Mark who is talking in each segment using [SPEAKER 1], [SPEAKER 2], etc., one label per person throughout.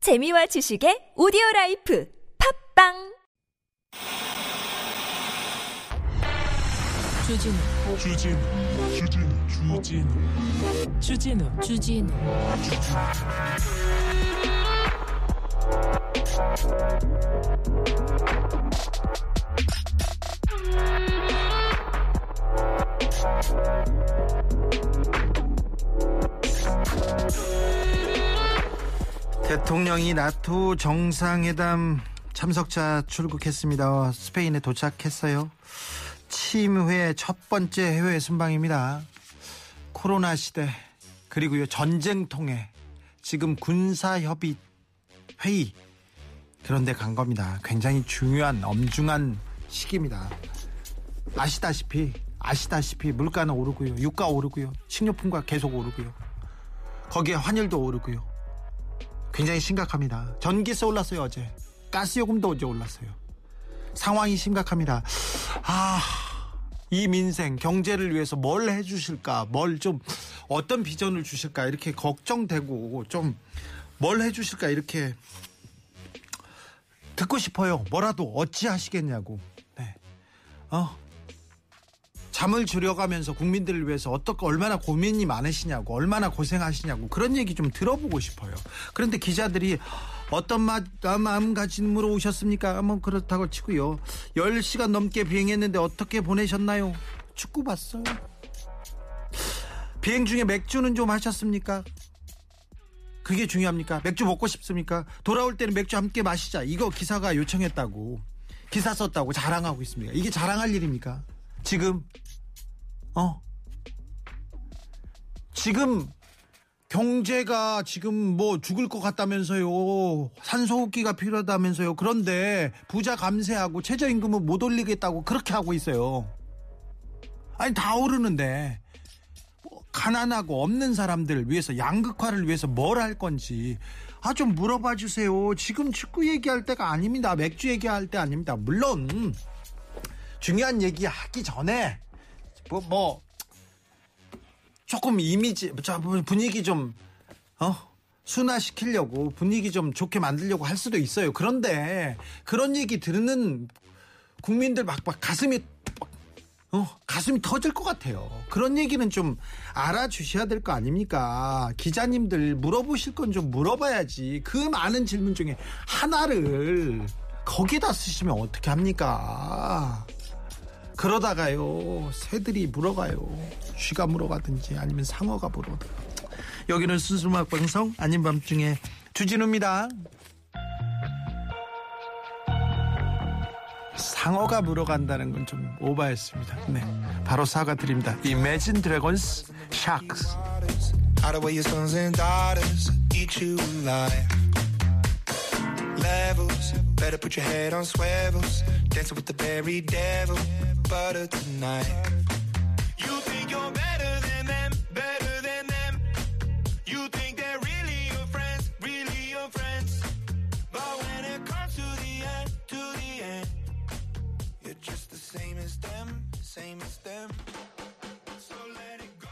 [SPEAKER 1] 재미와 지식의 오디오 라이프 팝빵
[SPEAKER 2] 주진우
[SPEAKER 3] 주진우 음. 주진우 주진우
[SPEAKER 2] 주진우 주진우
[SPEAKER 4] 대통령이 나토 정상회담 참석자 출국했습니다. 스페인에 도착했어요. 취임회 첫 번째 해외 순방입니다. 코로나 시대 그리고요 전쟁 통해 지금 군사 협의 회의 그런데 간 겁니다. 굉장히 중요한 엄중한 시기입니다. 아시다시피 아시다시피 물가는 오르고요, 유가 오르고요, 식료품과 계속 오르고요. 거기에 환율도 오르고요. 굉장히 심각합니다. 전기세 올랐어요 어제. 가스 요금도 어제 올랐어요. 상황이 심각합니다. 아, 이 민생 경제를 위해서 뭘 해주실까, 뭘 좀 어떤 비전을 주실까 이렇게 걱정되고 좀 뭘 해주실까 이렇게 듣고 싶어요. 뭐라도 어찌 하시겠냐고. 네. 어, 잠을 줄여가면서 국민들을 위해서 어떻게 얼마나 고민이 많으시냐고 얼마나 고생하시냐고 그런 얘기 좀 들어보고 싶어요. 그런데 기자들이 어떤 마, 마음가짐으로 오셨습니까? 뭐 그렇다고 치고요. 10시간 넘게 비행했는데 어떻게 보내셨나요? 축구 봤어요. 비행 중에 맥주는 좀 하셨습니까? 그게 중요합니까? 맥주 먹고 싶습니까? 돌아올 때는 맥주 함께 마시자. 이거 기사가 요청했다고. 기사 썼다고 자랑하고 있습니다. 이게 자랑할 일입니까? 지금, 어? 지금, 경제가 지금 뭐 죽을 것 같다면서요. 산소호흡기가 필요하다면서요. 그런데 부자 감세하고 최저임금은 못 올리겠다고 그렇게 하고 있어요. 아니, 다 오르는데. 뭐 가난하고 없는 사람들을 위해서 양극화를 위해서 뭘 할 건지 아 좀 물어봐 주세요. 지금 축구 얘기할 때가 아닙니다. 맥주 얘기할 때 아닙니다. 물론 중요한 얘기 하기 전에 뭐 뭐 조금 이미지 자, 분위기 좀 어? 순화시키려고 분위기 좀 좋게 만들려고 할 수도 있어요. 그런데 그런 얘기 들으는 국민들 막, 막 가슴이 막 어, 가슴이 터질 것 같아요. 그런 얘기는 좀 알아주셔야 될 거 아닙니까? 기자님들 물어보실 건 좀 물어봐야지. 그 많은 질문 중에 하나를 거기다 쓰시면 어떻게 합니까? 그러다가요, 새들이 물어가요. 쥐가 물어가든지 아니면 상어가 물어가든지. 여기는 순수막 방송 아닌 밤중에 주진우입니다. 상어가 물어간다는 건 좀 오바했습니다. 네, 바로 사과드립니다. Imagine Dragons, Sharks.
[SPEAKER 5] Out of way your sons and daughters eat you alive. Levels, better put your head on swivels. Dancing with the very devil, butter tonight. You think you're better than them, better than them. You think they're really your friends, really your friends. But when it comes to the end, to the end, you're just the same as them, same as them. So let it go.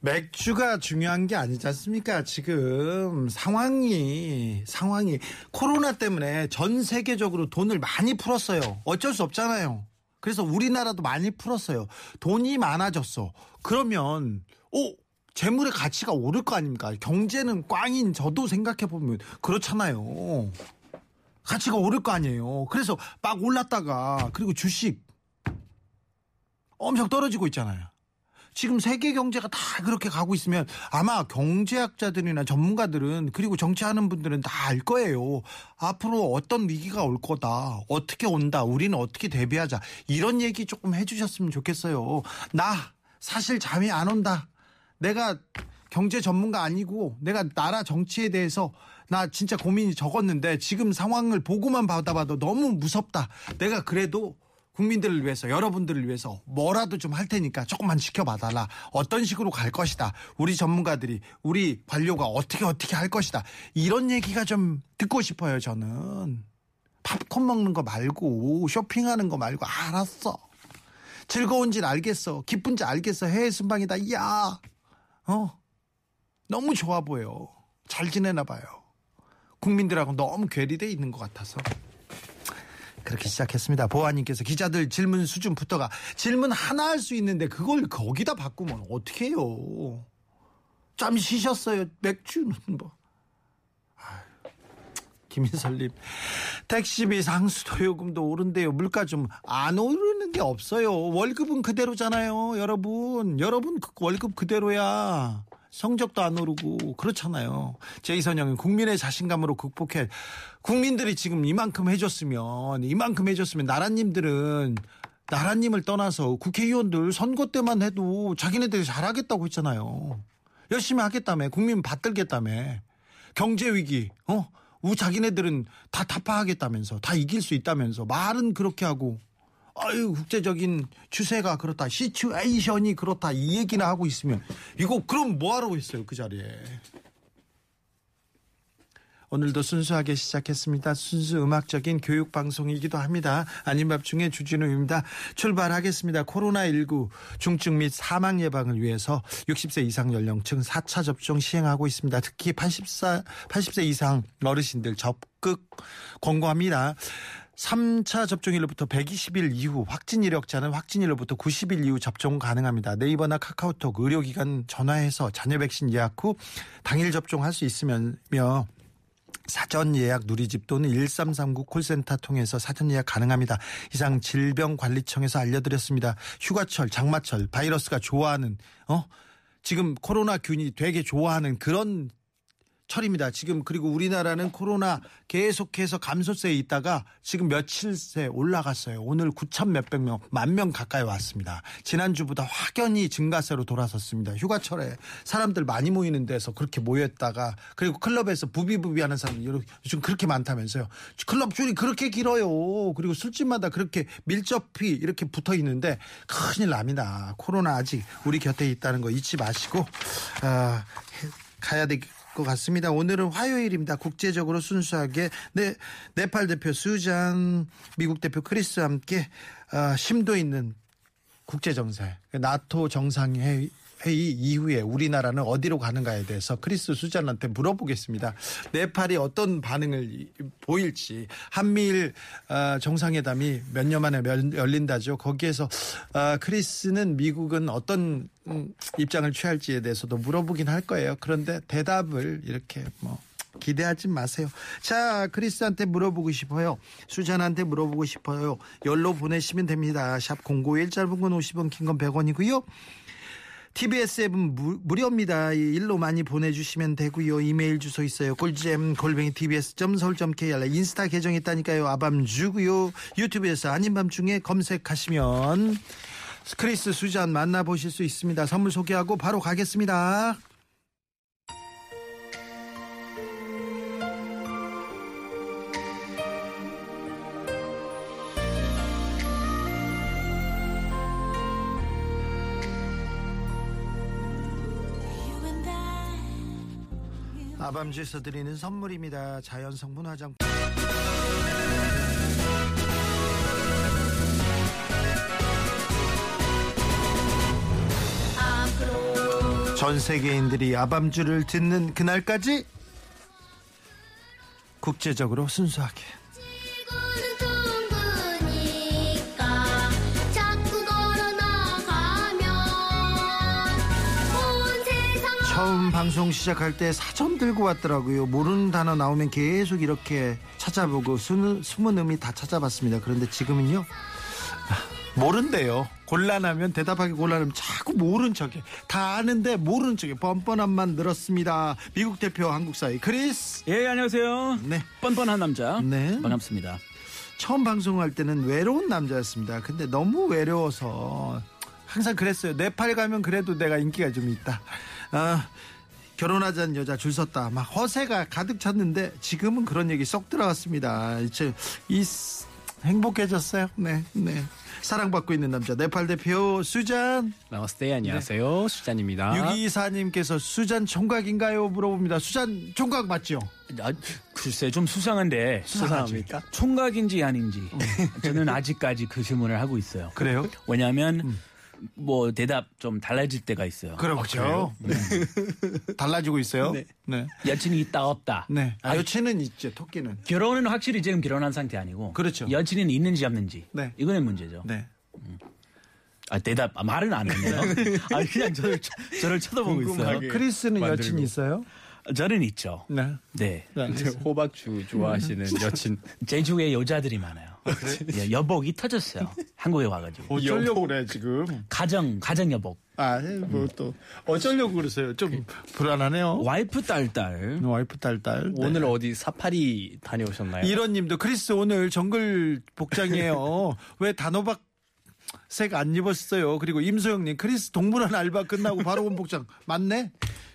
[SPEAKER 4] 맥주가 중요한 게 아니지 않습니까? 지금 상황이 상황이 코로나 때문에 전 세계적으로 돈을 많이 풀었어요. 어쩔 수 없잖아요. 그래서 우리나라도 많이 풀었어요. 돈이 많아졌어. 그러면 오 재물의 가치가 오를 거 아닙니까? 경제는 꽝인 저도 생각해 보면 그렇잖아요. 가치가 오를 거 아니에요. 그래서 막 올랐다가 그리고 주식 엄청 떨어지고 있잖아요. 지금 세계 경제가 다 그렇게 가고 있으면 아마 경제학자들이나 전문가들은 그리고 정치하는 분들은 다 알 거예요. 앞으로 어떤 위기가 올 거다. 어떻게 온다. 우리는 어떻게 대비하자. 이런 얘기 조금 해주셨으면 좋겠어요. 나 사실 잠이 안 온다. 내가 경제 전문가 아니고 내가 나라 정치에 대해서 나 진짜 고민이 적었는데 지금 상황을 보고만 받아봐도 너무 무섭다. 내가 그래도 국민들을 위해서 여러분들을 위해서 뭐라도 좀 할 테니까 조금만 지켜봐달라. 어떤 식으로 갈 것이다. 우리 전문가들이 우리 관료가 어떻게 어떻게 할 것이다. 이런 얘기가 좀 듣고 싶어요. 저는 팝콘 먹는 거 말고 쇼핑하는 거 말고 알았어. 즐거운지 알겠어. 기쁜지 알겠어. 해외 순방이다. 이야. 어. 너무 좋아 보여. 잘 지내나 봐요. 국민들하고 너무 괴리돼 있는 것 같아서 그렇게 시작했습니다. 보아님께서 기자들 질문 수준부터가 질문 하나 할 수 있는데 그걸 거기다 바꾸면 어떻게 해요? 잠 쉬셨어요. 맥주는 뭐. 아휴, 김인설님 택시비 상수도 요금도 오른대요 물가 좀 안 오르는 게 없어요 월급은 그대로잖아요 여러분 여러분 그 월급 그대로야 성적도 안 오르고 그렇잖아요 제이선영은 국민의 자신감으로 극복해 국민들이 지금 이만큼 해줬으면 이만큼 해줬으면 나라님들은 나라님을 떠나서 국회의원들 선거 때만 해도 자기네들이 잘하겠다고 했잖아요 열심히 하겠다며 국민 받들겠다며 경제 위기 어 우, 자기네들은 다 타파하겠다면서 다 이길 수 있다면서 말은 그렇게 하고 아유 국제적인 추세가 그렇다 시츄에이션이 그렇다 이 얘기나 하고 있으면 이거 그럼 뭐하러 있어요 그 자리에 오늘도 순수하게 시작했습니다. 순수 음악적인 교육 방송이기도 합니다. 아닌 밥 중에 주진우입니다. 출발하겠습니다. 코로나19 중증 및 사망 예방을 위해서 60세 이상 연령층 4차 접종 시행하고 있습니다. 특히 84, 80세 이상 어르신들 적극 권고합니다. 3차 접종일로부터 120일 이후 확진 이력자는 확진일로부터 90일 이후 접종 가능합니다. 네이버나 카카오톡 의료기관 전화해서 자녀 백신 예약 후 당일 접종할 수 있으며 사전 예약 누리집 또는 1339 콜센터 통해서 사전 예약 가능합니다. 이상 질병관리청에서 알려드렸습니다. 휴가철, 장마철, 바이러스가 좋아하는, 어? 지금 코로나 균이 되게 좋아하는 그런 철입니다. 지금 그리고 우리나라는 코로나 계속해서 감소세에 있다가 지금 며칠새 올라갔어요. 오늘 9천 몇백 명, 만 명 가까이 왔습니다. 지난주보다 확연히 증가세로 돌아섰습니다. 휴가철에 사람들 많이 모이는 데서 그렇게 모였다가 그리고 클럽에서 부비부비하는 사람 요즘 그렇게 많다면서요. 클럽 줄이 그렇게 길어요. 그리고 술집마다 그렇게 밀접히 이렇게 붙어 있는데 큰일 납니다. 코로나 아직 우리 곁에 있다는 거 잊지 마시고 아, 해- 가야 될 것 같습니다. 오늘은 화요일입니다. 국제적으로 순수하게 네, 네팔 대표 수잔, 미국 대표 크리스와 함께 아, 심도 있는 국제 정세, 그러니까 나토 정상회의 회의 이후에 우리나라는 어디로 가는가에 대해서 크리스 수잔한테 물어보겠습니다. 네팔이 어떤 반응을 이- 보일지 한미일 아, 정상회담이 몇 년 만에 면- 열린다죠. 거기에서 아, 크리스는 미국은 어떤 음, 입장을 취할지에 대해서도 물어보긴 할 거예요. 그런데 대답을 이렇게 뭐 기대하지 마세요. 자, 크리스한테 물어보고 싶어요. 수잔한테 물어보고 싶어요. 열로 보내시면 됩니다. 샵 091, 짧은 건 50원, 긴 건 100원이고요. TBS 앱은 무, 무료입니다. 이 일로 많이 보내주시면 되고요. 이메일 주소 있어요. 꿀잼 골뱅이 tbs.서울.kr 인스타 계정 있다니까요. 아밤주고요. 유튜브에서 아닌 밤중에 검색하시면 크리스 수잔 만나보실 수 있습니다. 선물 소개하고 바로 가겠습니다. 아밤주에서 드리는 선물입니다. 자연 성분 화장품. 전 세계인들이 아밤주를 듣는 그날까지 국제적으로 순수하게
[SPEAKER 6] 지구는 둥그니까 자꾸 걸어 나가면 온 세상
[SPEAKER 4] 처음 방송 시작할 때 사전 들고 왔더라고요. 모르는 단어 나오면 계속 이렇게 찾아보고 숨은, 숨은 의미 다 찾아봤습니다. 그런데 지금은요. 모른대요. 곤란하면 대답하기 곤란하면 자꾸 모른 척해. 다 아는데 모르는 척해. 뻔뻔함만 늘었습니다. 미국 대표 한국 사이 크리스.
[SPEAKER 7] 예 안녕하세요.
[SPEAKER 4] 네.
[SPEAKER 7] 뻔뻔한 남자.
[SPEAKER 4] 네.
[SPEAKER 7] 반갑습니다.
[SPEAKER 4] 처음 방송할 때는 외로운 남자였습니다. 근데 너무 외로워서 항상 그랬어요. 네팔 가면 그래도 내가 인기가 좀 있다. 아, 결혼하자는 여자 줄 섰다. 막 허세가 가득 찼는데 지금은 그런 얘기 쏙 들어갔습니다. 이제 이 스- 행복해졌어요. 네, 네. 사랑받고 있는 남자 네팔 대표 수잔
[SPEAKER 7] 나마스테 안녕하세요. 수잔입니다.
[SPEAKER 4] 624님께서 수잔 총각인가요? 물어봅니다. 수잔 총각 맞죠?
[SPEAKER 7] 아, 글쎄 좀 수상한데.
[SPEAKER 4] 수상합니까?
[SPEAKER 7] 죄송합니다. 총각인지 아닌지 저는 아직까지 그 질문을 하고 있어요.
[SPEAKER 4] 그래요?
[SPEAKER 7] 왜냐하면 뭐 대답 좀 달라질 때가 있어요.
[SPEAKER 4] 음. 그렇죠. 네. 달라지고 있어요. 네. 네.
[SPEAKER 7] 여친이 있다 없다.
[SPEAKER 4] 아,
[SPEAKER 7] 아,
[SPEAKER 4] 여친은 있죠. 토끼는.
[SPEAKER 7] 결혼은 확실히 지금 결혼한 상태 아니고.
[SPEAKER 4] 그렇죠.
[SPEAKER 7] 여친은 있는지 없는지.
[SPEAKER 4] 네.
[SPEAKER 7] 이거는 문제죠.
[SPEAKER 4] 네.
[SPEAKER 7] 아 대답 아, 말은 안 했네요. 아 그냥 저를 쳐- 저를 쳐다보고 있어요.
[SPEAKER 8] 궁금하게
[SPEAKER 4] 크리스는 여친 있어요?
[SPEAKER 7] 저는 있죠.
[SPEAKER 4] 네.
[SPEAKER 7] 네.
[SPEAKER 8] 이제 호박주 좋아하시는 여친
[SPEAKER 7] 제주에 여자들이 많아요. 예, 여복이 터졌어요. 한국에 와가지고
[SPEAKER 8] 어쩌려고 그래 지금
[SPEAKER 7] 가정 가정 여복
[SPEAKER 8] 아 뭐 또 어쩌려고 그러세요 좀 불안하네요
[SPEAKER 7] 와이프 딸딸
[SPEAKER 4] 와이프 딸딸. 네.
[SPEAKER 9] 오늘 어디 사파리 다녀오셨나요?
[SPEAKER 7] 네,
[SPEAKER 4] 이런님도 크리스 오늘 정글 복장이에요. 왜 단호박 색 안 입었어요? 그리고 임소영님 크리스 동물원 알바 끝나고 바로 온 복장 맞네?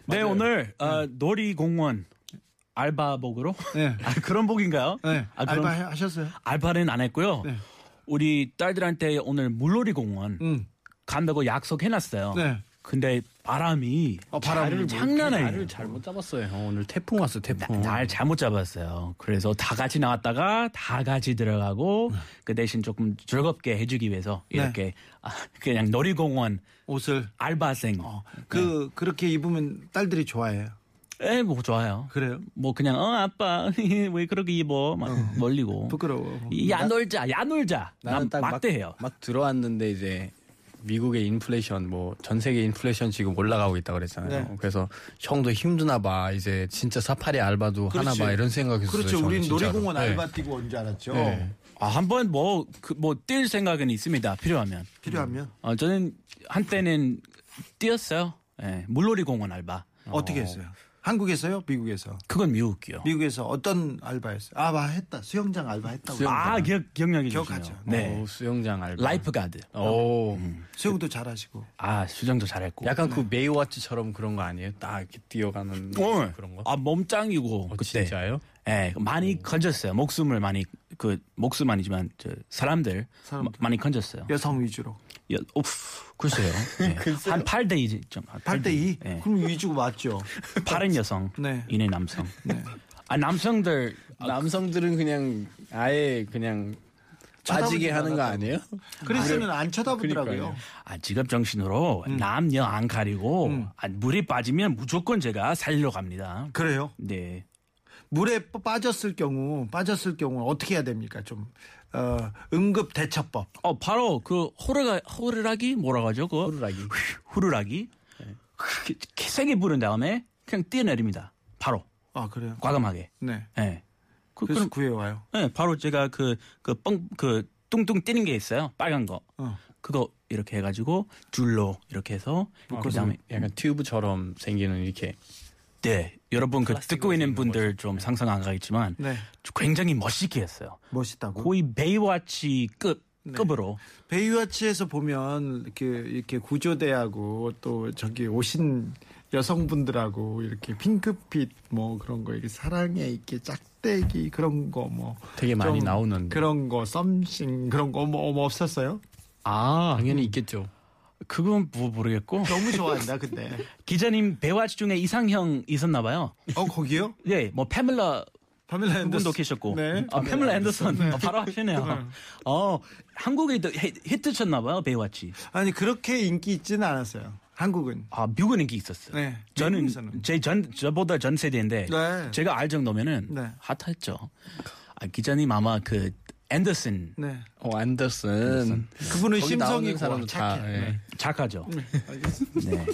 [SPEAKER 7] 네 오늘 어, 놀이공원 알바복으로
[SPEAKER 4] 네.
[SPEAKER 7] 아, 그런 복인가요?
[SPEAKER 4] 네.
[SPEAKER 7] 아, 그런-
[SPEAKER 4] 알바 하셨어요?
[SPEAKER 7] 알바는 안 했고요.
[SPEAKER 4] 네.
[SPEAKER 7] 우리 딸들한테 오늘 물놀이공원
[SPEAKER 9] 음.
[SPEAKER 4] 응.
[SPEAKER 7] 간다고 약속해놨어요.
[SPEAKER 4] 네.
[SPEAKER 7] 근데 바람이
[SPEAKER 9] 아,
[SPEAKER 4] 어, 바람.
[SPEAKER 7] 장난 아니에요.
[SPEAKER 9] 뭐 날을 잘못 잡았어요. 형. 오늘 태풍 왔어 태풍.
[SPEAKER 7] 날 잘못 잡았어요. 그래서 다 같이 나왔다가 다 같이
[SPEAKER 9] 네.
[SPEAKER 7] 들어가고 그 대신 조금 즐겁게 해주기 위해서 이렇게 아, 그냥 놀이공원
[SPEAKER 4] 옷을.
[SPEAKER 7] 알바생.
[SPEAKER 4] 어, 그 그렇게 입으면 딸들이 좋아해요.
[SPEAKER 7] 에 뭐 좋아요.
[SPEAKER 4] 그래요?
[SPEAKER 7] 뭐 그냥 어 아빠 왜 그렇게 입어 막 멀리고.
[SPEAKER 4] 부끄러워.
[SPEAKER 7] 이, 야 놀자 야 놀자. 난
[SPEAKER 9] 나는 딱 막-
[SPEAKER 7] 막대해요.
[SPEAKER 9] 막 들어왔는데 이제 미국의 인플레이션 뭐 전 세계 인플레이션 지금 올라가고 있다 그랬잖아요.
[SPEAKER 4] 네.
[SPEAKER 9] 그래서 형도 힘드나 봐. 이제 진짜 사파리 알바도 하나
[SPEAKER 4] 그렇지.
[SPEAKER 9] 봐 이런 생각했어요.
[SPEAKER 4] 그렇죠.
[SPEAKER 9] 저는
[SPEAKER 4] 우린
[SPEAKER 9] 진짜로.
[SPEAKER 4] 놀이공원
[SPEAKER 9] 네.
[SPEAKER 4] 알바 뛰고 온 줄 알았죠.
[SPEAKER 9] 네.
[SPEAKER 7] 아, 한번 뭐 뭐 뛸 생각은 있습니다. 필요하면.
[SPEAKER 4] 필요하면
[SPEAKER 7] 어, 저는 한때는 뛰었어요. 예, 물놀이 공원 알바.
[SPEAKER 4] 음. 어떻게 했어요? 한국에서요? 미국에서?
[SPEAKER 7] 그건 미국이요.
[SPEAKER 4] 미국에서 어떤 알바였어요? 아, 마 했다. 수영장 알바 했다고.
[SPEAKER 7] 아 기억 기억력이
[SPEAKER 4] 기억하죠.
[SPEAKER 7] 좋네요. 네.
[SPEAKER 9] 오, 뭐 수영장 알바.
[SPEAKER 7] 라이프 가드.
[SPEAKER 9] 오.
[SPEAKER 4] 수영도 잘하시고.
[SPEAKER 7] 아 수정도 잘했고.
[SPEAKER 9] 약간
[SPEAKER 4] 네.
[SPEAKER 9] 그 메이워치처럼 그런 거 아니에요? 딱 이렇게 뛰어가는
[SPEAKER 4] 네.
[SPEAKER 7] 어,
[SPEAKER 9] 그런 거.
[SPEAKER 7] 아 몸짱이고
[SPEAKER 9] 어,
[SPEAKER 7] 그때.
[SPEAKER 9] 진짜요?
[SPEAKER 7] 예, 많이 건졌어요. 목숨을 많이 그 목숨 아니지만 저 사람들,
[SPEAKER 4] 사람들.
[SPEAKER 7] 마- 많이 건졌어요.
[SPEAKER 4] 여성 위주로.
[SPEAKER 7] 여, 오, 글쎄요. 예. 한 8대 2 좀.
[SPEAKER 4] 8대 2.
[SPEAKER 7] 예.
[SPEAKER 4] 그럼 위주고 맞죠.
[SPEAKER 7] 빠른 여성,
[SPEAKER 4] 네.
[SPEAKER 7] 이내 남성. 아 남성들
[SPEAKER 9] 남성들은 그냥 아예 그냥
[SPEAKER 4] 쳐다보지
[SPEAKER 9] 빠지게 하는 거
[SPEAKER 4] 않았다고.
[SPEAKER 9] 아니에요?
[SPEAKER 4] 그리스는 안 쳐다보더라고요.
[SPEAKER 9] 그러니까요.
[SPEAKER 7] 아, 직업 정신으로 남녀 안 가리고 아, 물에 빠지면 무조건 제가 살려 갑니다.
[SPEAKER 4] 그래요?
[SPEAKER 7] 네.
[SPEAKER 4] 물에 빠- 빠졌을 경우 빠졌을 경우 어떻게 해야 됩니까? 좀 어, 응급 대처법.
[SPEAKER 7] 어 바로 그 호르가 호르라기 뭐라고 하죠? 그 호르라기. 네. 호르라기. 그렇게 세게 부른 다음에 그냥 뛰어내립니다. 바로
[SPEAKER 4] 아 그래요?
[SPEAKER 7] 과감하게.
[SPEAKER 4] 네.
[SPEAKER 7] 예. 그,
[SPEAKER 4] 그래서
[SPEAKER 7] 그럼
[SPEAKER 4] 구해 와요.
[SPEAKER 7] 예, 바로 제가 그그뻥그 뚱뚱 뛰는 게 있어요. 빨간 거.
[SPEAKER 4] 어.
[SPEAKER 7] 그거 이렇게 해 가지고 줄로 이렇게 해서 아, 그다음에
[SPEAKER 9] 약간 튜브처럼 생기는 이렇게
[SPEAKER 7] 네, 여러분 그 듣고 있는 분들 좀 상상 안 가겠지만
[SPEAKER 4] 네.
[SPEAKER 7] 굉장히 멋있게 했어요.
[SPEAKER 4] 멋있다고.
[SPEAKER 7] 거의 베이워치 급
[SPEAKER 4] 네.
[SPEAKER 7] 급으로
[SPEAKER 4] 베이와치에서 보면 이렇게 이렇게 구조대하고 또 저기 오신 여성분들하고 이렇게 핑크빛 뭐 그런 거 이렇게 사랑에 이렇게 짝대기 그런 거뭐
[SPEAKER 9] 되게 많이 나오는데.
[SPEAKER 4] 그런 거 썸씽 그런 거 뭐 없었어요?
[SPEAKER 9] 아 당연히 있겠죠.
[SPEAKER 7] 그건 뭐 모르겠고
[SPEAKER 4] 너무 좋아한다 근데.
[SPEAKER 7] 기자님 베이워치 중에 이상형 있었나 봐요.
[SPEAKER 4] 어 거기요?
[SPEAKER 7] 예, 뭐 패밀라
[SPEAKER 4] 파밀라
[SPEAKER 7] 분도
[SPEAKER 4] 앤더슨.
[SPEAKER 7] 계셨고
[SPEAKER 9] 음,
[SPEAKER 4] 네.
[SPEAKER 7] 아, 패밀라 앤더슨 어, 바로 하시네요. 어 한국에 도 히트 쳤나 봐요 베이워치.
[SPEAKER 4] 아니 그렇게 인기 있지는 않았어요. 한국은.
[SPEAKER 7] 아 미국은 인기 있었어요.
[SPEAKER 4] 네, 미국에서는.
[SPEAKER 7] 저는 제 전 저보다 전 세대인데
[SPEAKER 4] 네.
[SPEAKER 7] 제가 알 정도면은
[SPEAKER 4] 네.
[SPEAKER 7] 핫했죠. 아, 기자님 아마 그 앤더슨
[SPEAKER 4] 네.
[SPEAKER 9] 어 안더슨.
[SPEAKER 4] 그분은
[SPEAKER 9] 거기 나오는
[SPEAKER 4] 심성이
[SPEAKER 9] 사람도
[SPEAKER 4] 고와
[SPEAKER 9] 다.
[SPEAKER 4] 착해.
[SPEAKER 9] 예.
[SPEAKER 7] 작가죠. 네.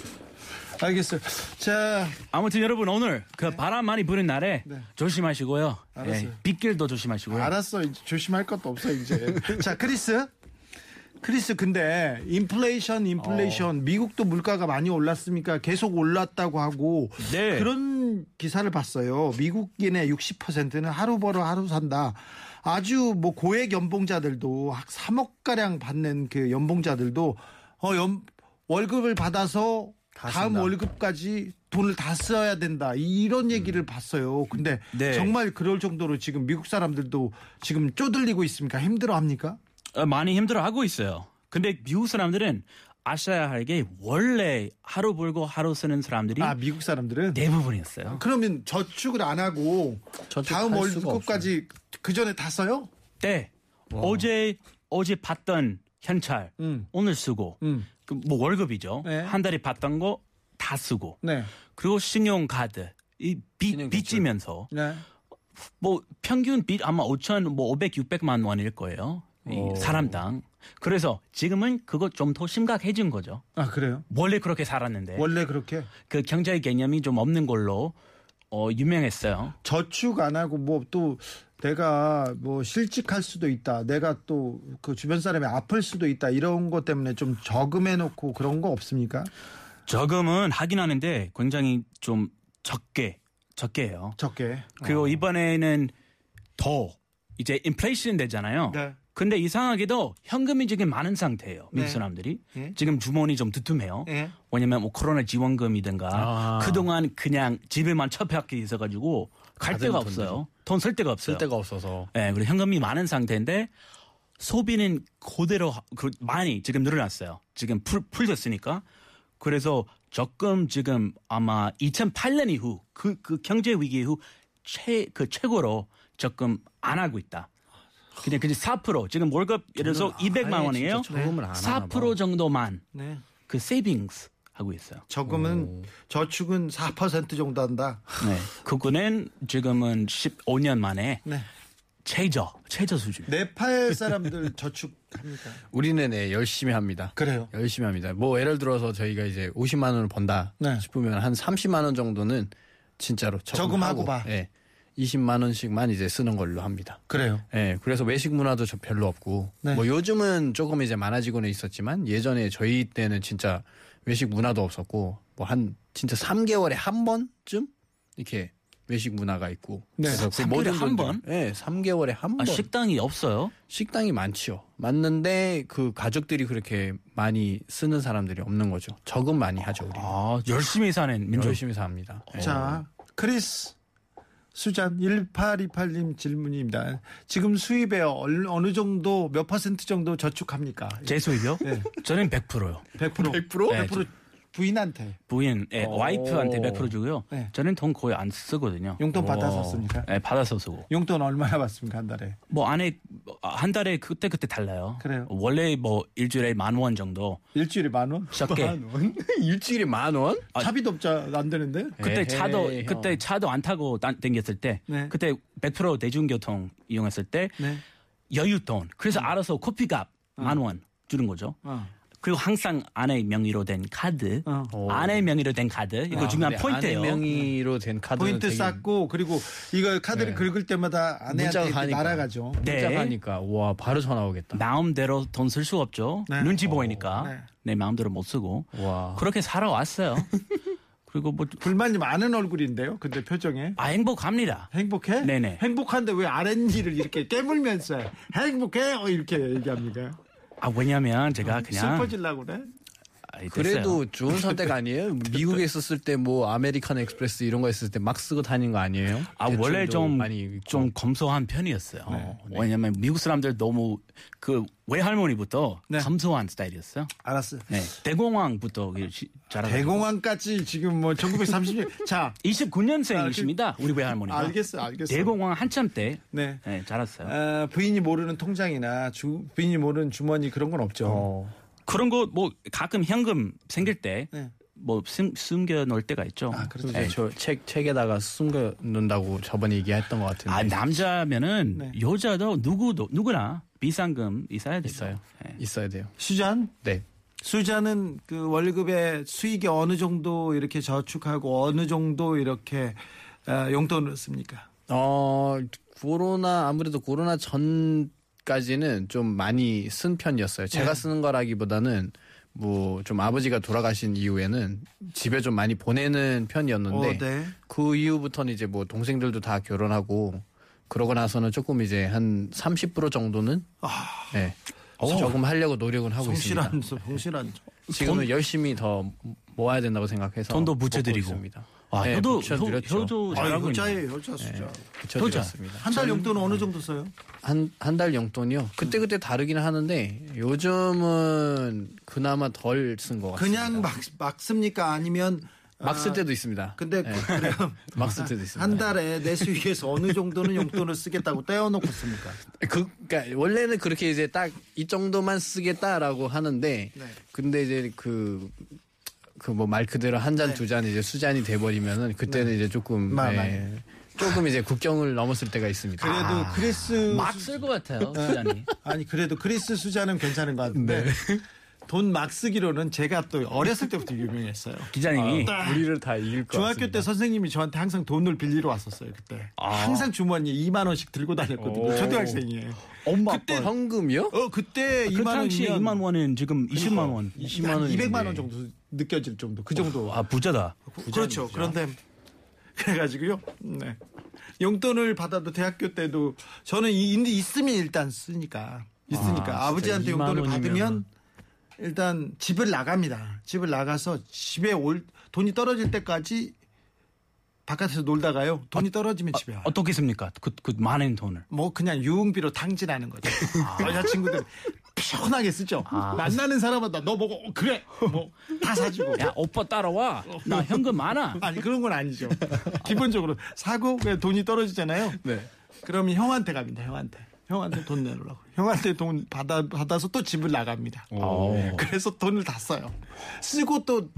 [SPEAKER 4] 알겠어요. 자,
[SPEAKER 7] 아무튼 여러분 오늘 그 바람 많이 부는 날에 조심하시고요.
[SPEAKER 4] 네. 알았어요.
[SPEAKER 7] 예, 빗길도 조심하시고요.
[SPEAKER 4] 알았어. 이제 조심할 것도 없어 이제. 자, 크리스. 크리스 근데 인플레이션 인플레이션 미국도 물가가 많이 올랐으니까 계속 올랐다고 하고
[SPEAKER 7] 네.
[SPEAKER 4] 그런 기사를 봤어요. 미국인의 60%는 하루 벌어 하루 산다. 아주 뭐 고액 연봉자들도 3억 가량 받는 그 연봉자들도 어 연 월급을 받아서 다음 월급까지 돈을 다 써야 된다. 이런 얘기를 봤어요. 근데
[SPEAKER 7] 네.
[SPEAKER 4] 정말 그럴 정도로 지금 미국 사람들도 지금 쪼들리고 있습니까? 힘들어 합니까?
[SPEAKER 7] 어, 많이 힘들어하고 있어요. 근데 미국 사람들은 아셔야 할 게 원래 하루 벌고 하루 쓰는 사람들이
[SPEAKER 4] 아, 음. 미국 사람들은
[SPEAKER 7] 대부분이었어요.
[SPEAKER 4] 그러면 저축을 안 하고 다음
[SPEAKER 9] 할 수가
[SPEAKER 4] 월급까지 그 전에 다 써요?
[SPEAKER 7] 네. 어제 어제 봤던 현찰
[SPEAKER 4] 음.
[SPEAKER 7] 오늘 쓰고
[SPEAKER 4] 음.
[SPEAKER 7] 그뭐 월급이죠.
[SPEAKER 4] 네.
[SPEAKER 7] 한 달에 받던 거 다 쓰고
[SPEAKER 4] 네.
[SPEAKER 7] 그리고 신용카드 이 빚,
[SPEAKER 9] 신용대출.
[SPEAKER 7] 빚지면서
[SPEAKER 4] 네.
[SPEAKER 7] 뭐 평균 빚 아마 5천 뭐 500, 600만 원일 거예요. 이
[SPEAKER 9] 오.
[SPEAKER 7] 사람당. 그래서 지금은 그거 좀 더 심각해진 거죠.
[SPEAKER 4] 아, 그래요?
[SPEAKER 7] 원래 그렇게 살았는데
[SPEAKER 4] 원래 그렇게
[SPEAKER 7] 그 경제의 개념이 좀 없는 걸로 어, 유명했어요.
[SPEAKER 4] 저축 안 하고 뭐 또 내가 뭐 실직할 수도 있다. 내가 또 그 주변 사람이 아플 수도 있다. 이런 것 때문에 좀 저금해 놓고 그런 거 없습니까?
[SPEAKER 7] 저금은 하긴 하는데 굉장히 좀 적게 적게 해요.
[SPEAKER 4] 적게.
[SPEAKER 7] 그리고 이번에는 더 이제 인플레이션 되잖아요.
[SPEAKER 4] 네.
[SPEAKER 7] 근데 이상하게도 현금이 지금 많은 상태예요. 미국
[SPEAKER 4] 네.
[SPEAKER 7] 사람들이
[SPEAKER 4] 네.
[SPEAKER 7] 지금 주머니 좀 두툼해요.
[SPEAKER 4] 예.
[SPEAKER 7] 왜냐면 뭐 코로나 지원금이든가
[SPEAKER 9] 아.
[SPEAKER 7] 그동안 그냥 집에만 처박혀 있어가지고 갈
[SPEAKER 9] 받은
[SPEAKER 7] 데가
[SPEAKER 9] 돈들이.
[SPEAKER 7] 없어요. 돈 쓸 데가 없어요.
[SPEAKER 9] 쓸 데가 없어서
[SPEAKER 7] 예, 그리고 현금이 많은 상태인데 소비는 그대로 하- 그 많이 지금 늘어났어요. 지금 풀, 풀렸으니까. 그래서 적금 지금 아마 2008년 이후 그, 그 경제 위기 이후 최, 그 최고로 적금 안 하고 있다. 그냥 그냥 4% 지금 월급 예를 들어서 200만 원이에요.
[SPEAKER 9] 진짜 저금을 안 하나
[SPEAKER 7] 4% 정도만
[SPEAKER 4] 네.
[SPEAKER 7] 그 세이빙스 하고 있어요.
[SPEAKER 4] 저금은 저축은 4% 정도 한다.
[SPEAKER 7] 네. 그거는 지금은 15년 만에
[SPEAKER 4] 네.
[SPEAKER 7] 최저 최저 수준.
[SPEAKER 4] 네팔 사람들 저축합니까?
[SPEAKER 9] 우리는 네, 열심히 합니다.
[SPEAKER 4] 그래요.
[SPEAKER 9] 열심히 합니다. 뭐 예를 들어서 저희가 이제 50만 원을 번다
[SPEAKER 4] 네.
[SPEAKER 9] 싶으면 한 30만 원 정도는 진짜로
[SPEAKER 4] 저금하고
[SPEAKER 9] 저금하고
[SPEAKER 4] 봐.
[SPEAKER 9] 예. 20만 원씩만 이제 쓰는 걸로 합니다.
[SPEAKER 4] 그래요.
[SPEAKER 9] 예, 그래서 외식 문화도 저- 별로 없고
[SPEAKER 4] 네.
[SPEAKER 9] 뭐 요즘은 조금 이제 많아지고는 있었지만 예전에 저희 때는 진짜 외식 문화도 없었고 뭐 한 진짜 3개월에 한 번쯤 이렇게 외식 문화가 있고
[SPEAKER 4] 네.
[SPEAKER 9] 그
[SPEAKER 7] 3개월에
[SPEAKER 9] 모든
[SPEAKER 7] 한
[SPEAKER 9] 분들-
[SPEAKER 7] 번?
[SPEAKER 9] 예, 3개월에 한
[SPEAKER 7] 아,
[SPEAKER 9] 번.
[SPEAKER 7] 식당이 없어요.
[SPEAKER 9] 식당이 많지요. 맞는데 그 가족들이 그렇게 많이 쓰는 사람들이 없는 거죠. 적금 많이 하죠, 우리.
[SPEAKER 7] 아 열심히 사는 민족. 어.
[SPEAKER 9] 열심히 삽니다. 예.
[SPEAKER 4] 네. 자, 크리스 수잔 1828님 질문입니다. 지금 수입에 얼- 어느 정도 몇 퍼센트 정도 저축합니까?
[SPEAKER 7] 제 수입이요?
[SPEAKER 4] 네.
[SPEAKER 7] 저는 100%요.
[SPEAKER 4] 100%.
[SPEAKER 9] 100%?
[SPEAKER 7] 네,
[SPEAKER 4] 100% 부인한테
[SPEAKER 7] 부인, 예,
[SPEAKER 9] 오.
[SPEAKER 7] 와이프한테 100% 주고요.
[SPEAKER 4] 어. 네.
[SPEAKER 7] 저는 돈 거의 안 쓰거든요.
[SPEAKER 4] 용돈
[SPEAKER 9] 와.
[SPEAKER 4] 받았었습니까?
[SPEAKER 7] 예, 받아서 쓰고.
[SPEAKER 4] 용돈 얼마나 받습니까 한 달에?
[SPEAKER 7] 뭐 안에 한 달에 그때 그때 달라요.
[SPEAKER 4] 그래요?
[SPEAKER 7] 원래 뭐 일주일에 만 원 정도
[SPEAKER 4] 일주일에 만 원?
[SPEAKER 7] 적게.
[SPEAKER 9] 원? 일주일에 만 원?
[SPEAKER 7] 아.
[SPEAKER 4] 차비도 없자 안 되는데?
[SPEAKER 7] 그때
[SPEAKER 9] 에헤이,
[SPEAKER 7] 차도
[SPEAKER 9] 형.
[SPEAKER 7] 그때 차도 안 타고 딴- 댕겼을 때
[SPEAKER 4] 네.
[SPEAKER 7] 그때 100% 대중교통 이용했을 때
[SPEAKER 4] 네.
[SPEAKER 7] 여윳돈.
[SPEAKER 9] 음.
[SPEAKER 7] 그래서 알아서 커피값 만 원 주는 거죠.
[SPEAKER 4] 어.
[SPEAKER 7] 그리고 항상 아내 명의로 된 카드,
[SPEAKER 4] 어.
[SPEAKER 7] 아내 명의로 된 카드 이거 중요한
[SPEAKER 9] 근데
[SPEAKER 7] 포인트예요.
[SPEAKER 9] 네. 아내 명의로 된 카드
[SPEAKER 4] 포인트 쌓고 그리고 이거 카드를
[SPEAKER 9] 네.
[SPEAKER 4] 긁을 때마다 아내한테
[SPEAKER 9] 문자가
[SPEAKER 4] 이렇게
[SPEAKER 9] 가니까.
[SPEAKER 4] 날아가죠.
[SPEAKER 7] 네.
[SPEAKER 9] 시작하니까 와 바로 전화 오겠다.
[SPEAKER 7] 마음대로 돈 쓸 수 없죠.
[SPEAKER 4] 네.
[SPEAKER 7] 눈치 보이니까
[SPEAKER 4] 네.
[SPEAKER 7] 내 마음대로 못 쓰고
[SPEAKER 9] 어, 와.
[SPEAKER 7] 그렇게 살아왔어요. 그리고 뭐 아
[SPEAKER 4] 불만이 많은 얼굴인데요. 근데 표정에
[SPEAKER 7] 행복합니다.
[SPEAKER 4] 행복해?
[SPEAKER 7] 네네.
[SPEAKER 4] 행복한데 왜 R&D를 이렇게 깨물면서 해? 행복해? 어, 이렇게 얘기합니까?
[SPEAKER 7] 아 왜냐면 제가 그냥
[SPEAKER 4] 슬퍼질라고 그래?
[SPEAKER 7] 아이, 됐어요.
[SPEAKER 9] 음, 그래도 좋은 선택 아니에요? 미국에 있었을 때 뭐 아메리칸 엑스프레스 이런 거 했을 때 막 쓰고 다닌 거 아니에요?
[SPEAKER 7] 아 원래
[SPEAKER 9] 대출도
[SPEAKER 7] 좀
[SPEAKER 9] 많이 있고. 네,
[SPEAKER 7] 좀 검소한 편이었어요. 왜냐면 미국 사람들 너무 그 외할머니부터
[SPEAKER 4] 네.
[SPEAKER 7] 검소한 스타일이었어요.
[SPEAKER 4] 알았어.
[SPEAKER 7] 네. 대공황부터 잘하고
[SPEAKER 4] 대공황까지 지금 뭐 1930년 자
[SPEAKER 7] 29년생이십니다. 우리 외할머니가.
[SPEAKER 4] 아, 그 알겠어요, 알겠어요.
[SPEAKER 7] 대공황 한참 때
[SPEAKER 4] 네.
[SPEAKER 7] 네, 자랐어요.
[SPEAKER 4] 아, 부인이 모르는 통장이나 주, 부인이 모르는 주머니 그런 건 없죠.
[SPEAKER 7] 그런 거 뭐 가끔 현금 생길 때 뭐
[SPEAKER 4] 네.
[SPEAKER 7] 숨겨 놓을 때가 있죠.
[SPEAKER 4] 아, 그렇죠.
[SPEAKER 9] 네, 저 책, 책에다가 숨겨 놓는다고 저번에 얘기했던 것 같은데.
[SPEAKER 7] 아, 남자면은
[SPEAKER 4] 네.
[SPEAKER 7] 여자도 누구도 누구나 비상금 있어야 돼요.
[SPEAKER 9] 있어요.
[SPEAKER 7] 네.
[SPEAKER 9] 있어야 돼요.
[SPEAKER 4] 수잔
[SPEAKER 9] 네.
[SPEAKER 4] 수잔은 그 월급의 수익이 어느 정도 이렇게 저축하고 어느 정도 이렇게 아, 용돈을 씁니까?
[SPEAKER 9] 어, 코로나 아무래도 코로나 전까지는 좀 많이 쓴 편이었어요. 제가
[SPEAKER 7] 네.
[SPEAKER 9] 쓰는 거라기보다는 뭐 좀 아버지가 돌아가신 이후에는 집에 좀 많이 보내는 편이었는데
[SPEAKER 4] 어, 네.
[SPEAKER 9] 그 이후부터는 이제 뭐 동생들도 다 결혼하고 그러고 나서는 조금 이제 한 30% 정도는
[SPEAKER 7] 아.
[SPEAKER 9] 예.
[SPEAKER 7] 어.
[SPEAKER 9] 조금 하려고 노력은 하고
[SPEAKER 4] 아, 성실한
[SPEAKER 9] 있습니다.
[SPEAKER 4] 성실한
[SPEAKER 9] 지금은 열심히 더 모아야 된다고 생각해서
[SPEAKER 7] 돈도
[SPEAKER 9] 먹고
[SPEAKER 7] 묻혀드리고.
[SPEAKER 9] 있습니다.
[SPEAKER 7] 아,
[SPEAKER 9] 네,
[SPEAKER 7] 효도
[SPEAKER 9] 묻혀드렸죠.
[SPEAKER 7] 효, 효도 잘하고
[SPEAKER 4] 아유,
[SPEAKER 7] 있네.
[SPEAKER 4] 여자예요, 여자 수잔.
[SPEAKER 9] 묻혀드렸습니다. 네,
[SPEAKER 4] 한 달 용돈 은 어느 정도 써요?
[SPEAKER 9] 한 한 달 용돈이요. 그때
[SPEAKER 4] 음.
[SPEAKER 9] 그때 다르기는 하는데 요즘은 그나마 덜 쓴 것 같습니다.
[SPEAKER 4] 그냥 막, 막 씁니까? 아니면
[SPEAKER 9] 막 쓸 때도 있습니다. 네,
[SPEAKER 4] 근데 그- 그래요.
[SPEAKER 9] 막 쓸 때도 있습니다.
[SPEAKER 4] 한 달에 내 수익에서 어느 정도는 용돈을 쓰겠다고 떼어놓고 씁니까?
[SPEAKER 9] 그, 그러니까 원래는 그렇게 이제 딱 이 정도만 쓰겠다라고 하는데
[SPEAKER 4] 네.
[SPEAKER 9] 근데 이제 그 그 뭐 말 그대로 한 잔 두 잔 이제 수잔이 돼버리면은 그때는 이제 조금
[SPEAKER 4] 네. 마- 마-
[SPEAKER 9] 예, 조금 이제 국경을 넘었을 때가 있습니다.
[SPEAKER 4] 그래도 크리스
[SPEAKER 7] 막 쓸 것 같아요, 수잔이.
[SPEAKER 4] 아니 그래도 크리스 수자는 괜찮은 것 같은데
[SPEAKER 9] 네.
[SPEAKER 4] 돈 막 쓰기로는 제가 또 어렸을 때부터 유명했어요. 아,
[SPEAKER 7] 기자님이
[SPEAKER 9] 우리를 다 이길 것
[SPEAKER 4] 중학교 때 선생님이 저한테 항상 돈을 빌리러 왔었어요 그때.
[SPEAKER 9] 아.
[SPEAKER 4] 항상 주머니에 2만 원씩 들고 다녔거든요. 초등학생이에요.
[SPEAKER 7] 엄마 아빠
[SPEAKER 9] 그때 현금이요?
[SPEAKER 4] 어 그때
[SPEAKER 7] 그
[SPEAKER 4] 2만
[SPEAKER 7] 당시에
[SPEAKER 4] 원이면 그러니까
[SPEAKER 7] 2만 원은 지금 20만 원.
[SPEAKER 4] 20만 원, 200만 원 정도 느껴질 정도 그 정도.
[SPEAKER 7] 아 부자다.
[SPEAKER 4] 그렇죠. 그런데 그래가지고요. 네. 용돈을 받아도 대학교 때도 저는 이- 근데 있으면 일단 쓰니까 있으니까 아, 버지한테
[SPEAKER 7] 진짜 2만
[SPEAKER 4] 용돈을
[SPEAKER 7] 원이면은.
[SPEAKER 4] 받으면 일단 집을 나갑니다. 집을 나가서 집에 올 돈이 떨어질 때까지 바깥에서 놀다가요.
[SPEAKER 7] 아,
[SPEAKER 4] 돈이 떨어지면 집에 와요.
[SPEAKER 7] 어떻겠습니까? 그, 그 많은 돈을.
[SPEAKER 4] 뭐 그냥 유흥비로 탕진하는 거죠. 여자친구들 편하게 쓰죠. 만나는 사람마다 너 보고 어, 그래 뭐 다 사주고
[SPEAKER 7] 야 오빠 따라와. 나 현금 많아.
[SPEAKER 4] 아니 그런 건 아니죠. 기본적으로 사고 그냥 돈이 떨어지잖아요.
[SPEAKER 9] 네.
[SPEAKER 4] 그러면 형한테 갑니다. 형한테. 형한테 돈 내놓으라고. 형한테 돈 받아 받아서 또 집을 나갑니다.
[SPEAKER 7] 오.
[SPEAKER 4] 그래서 돈을 다 써요. 쓰고 또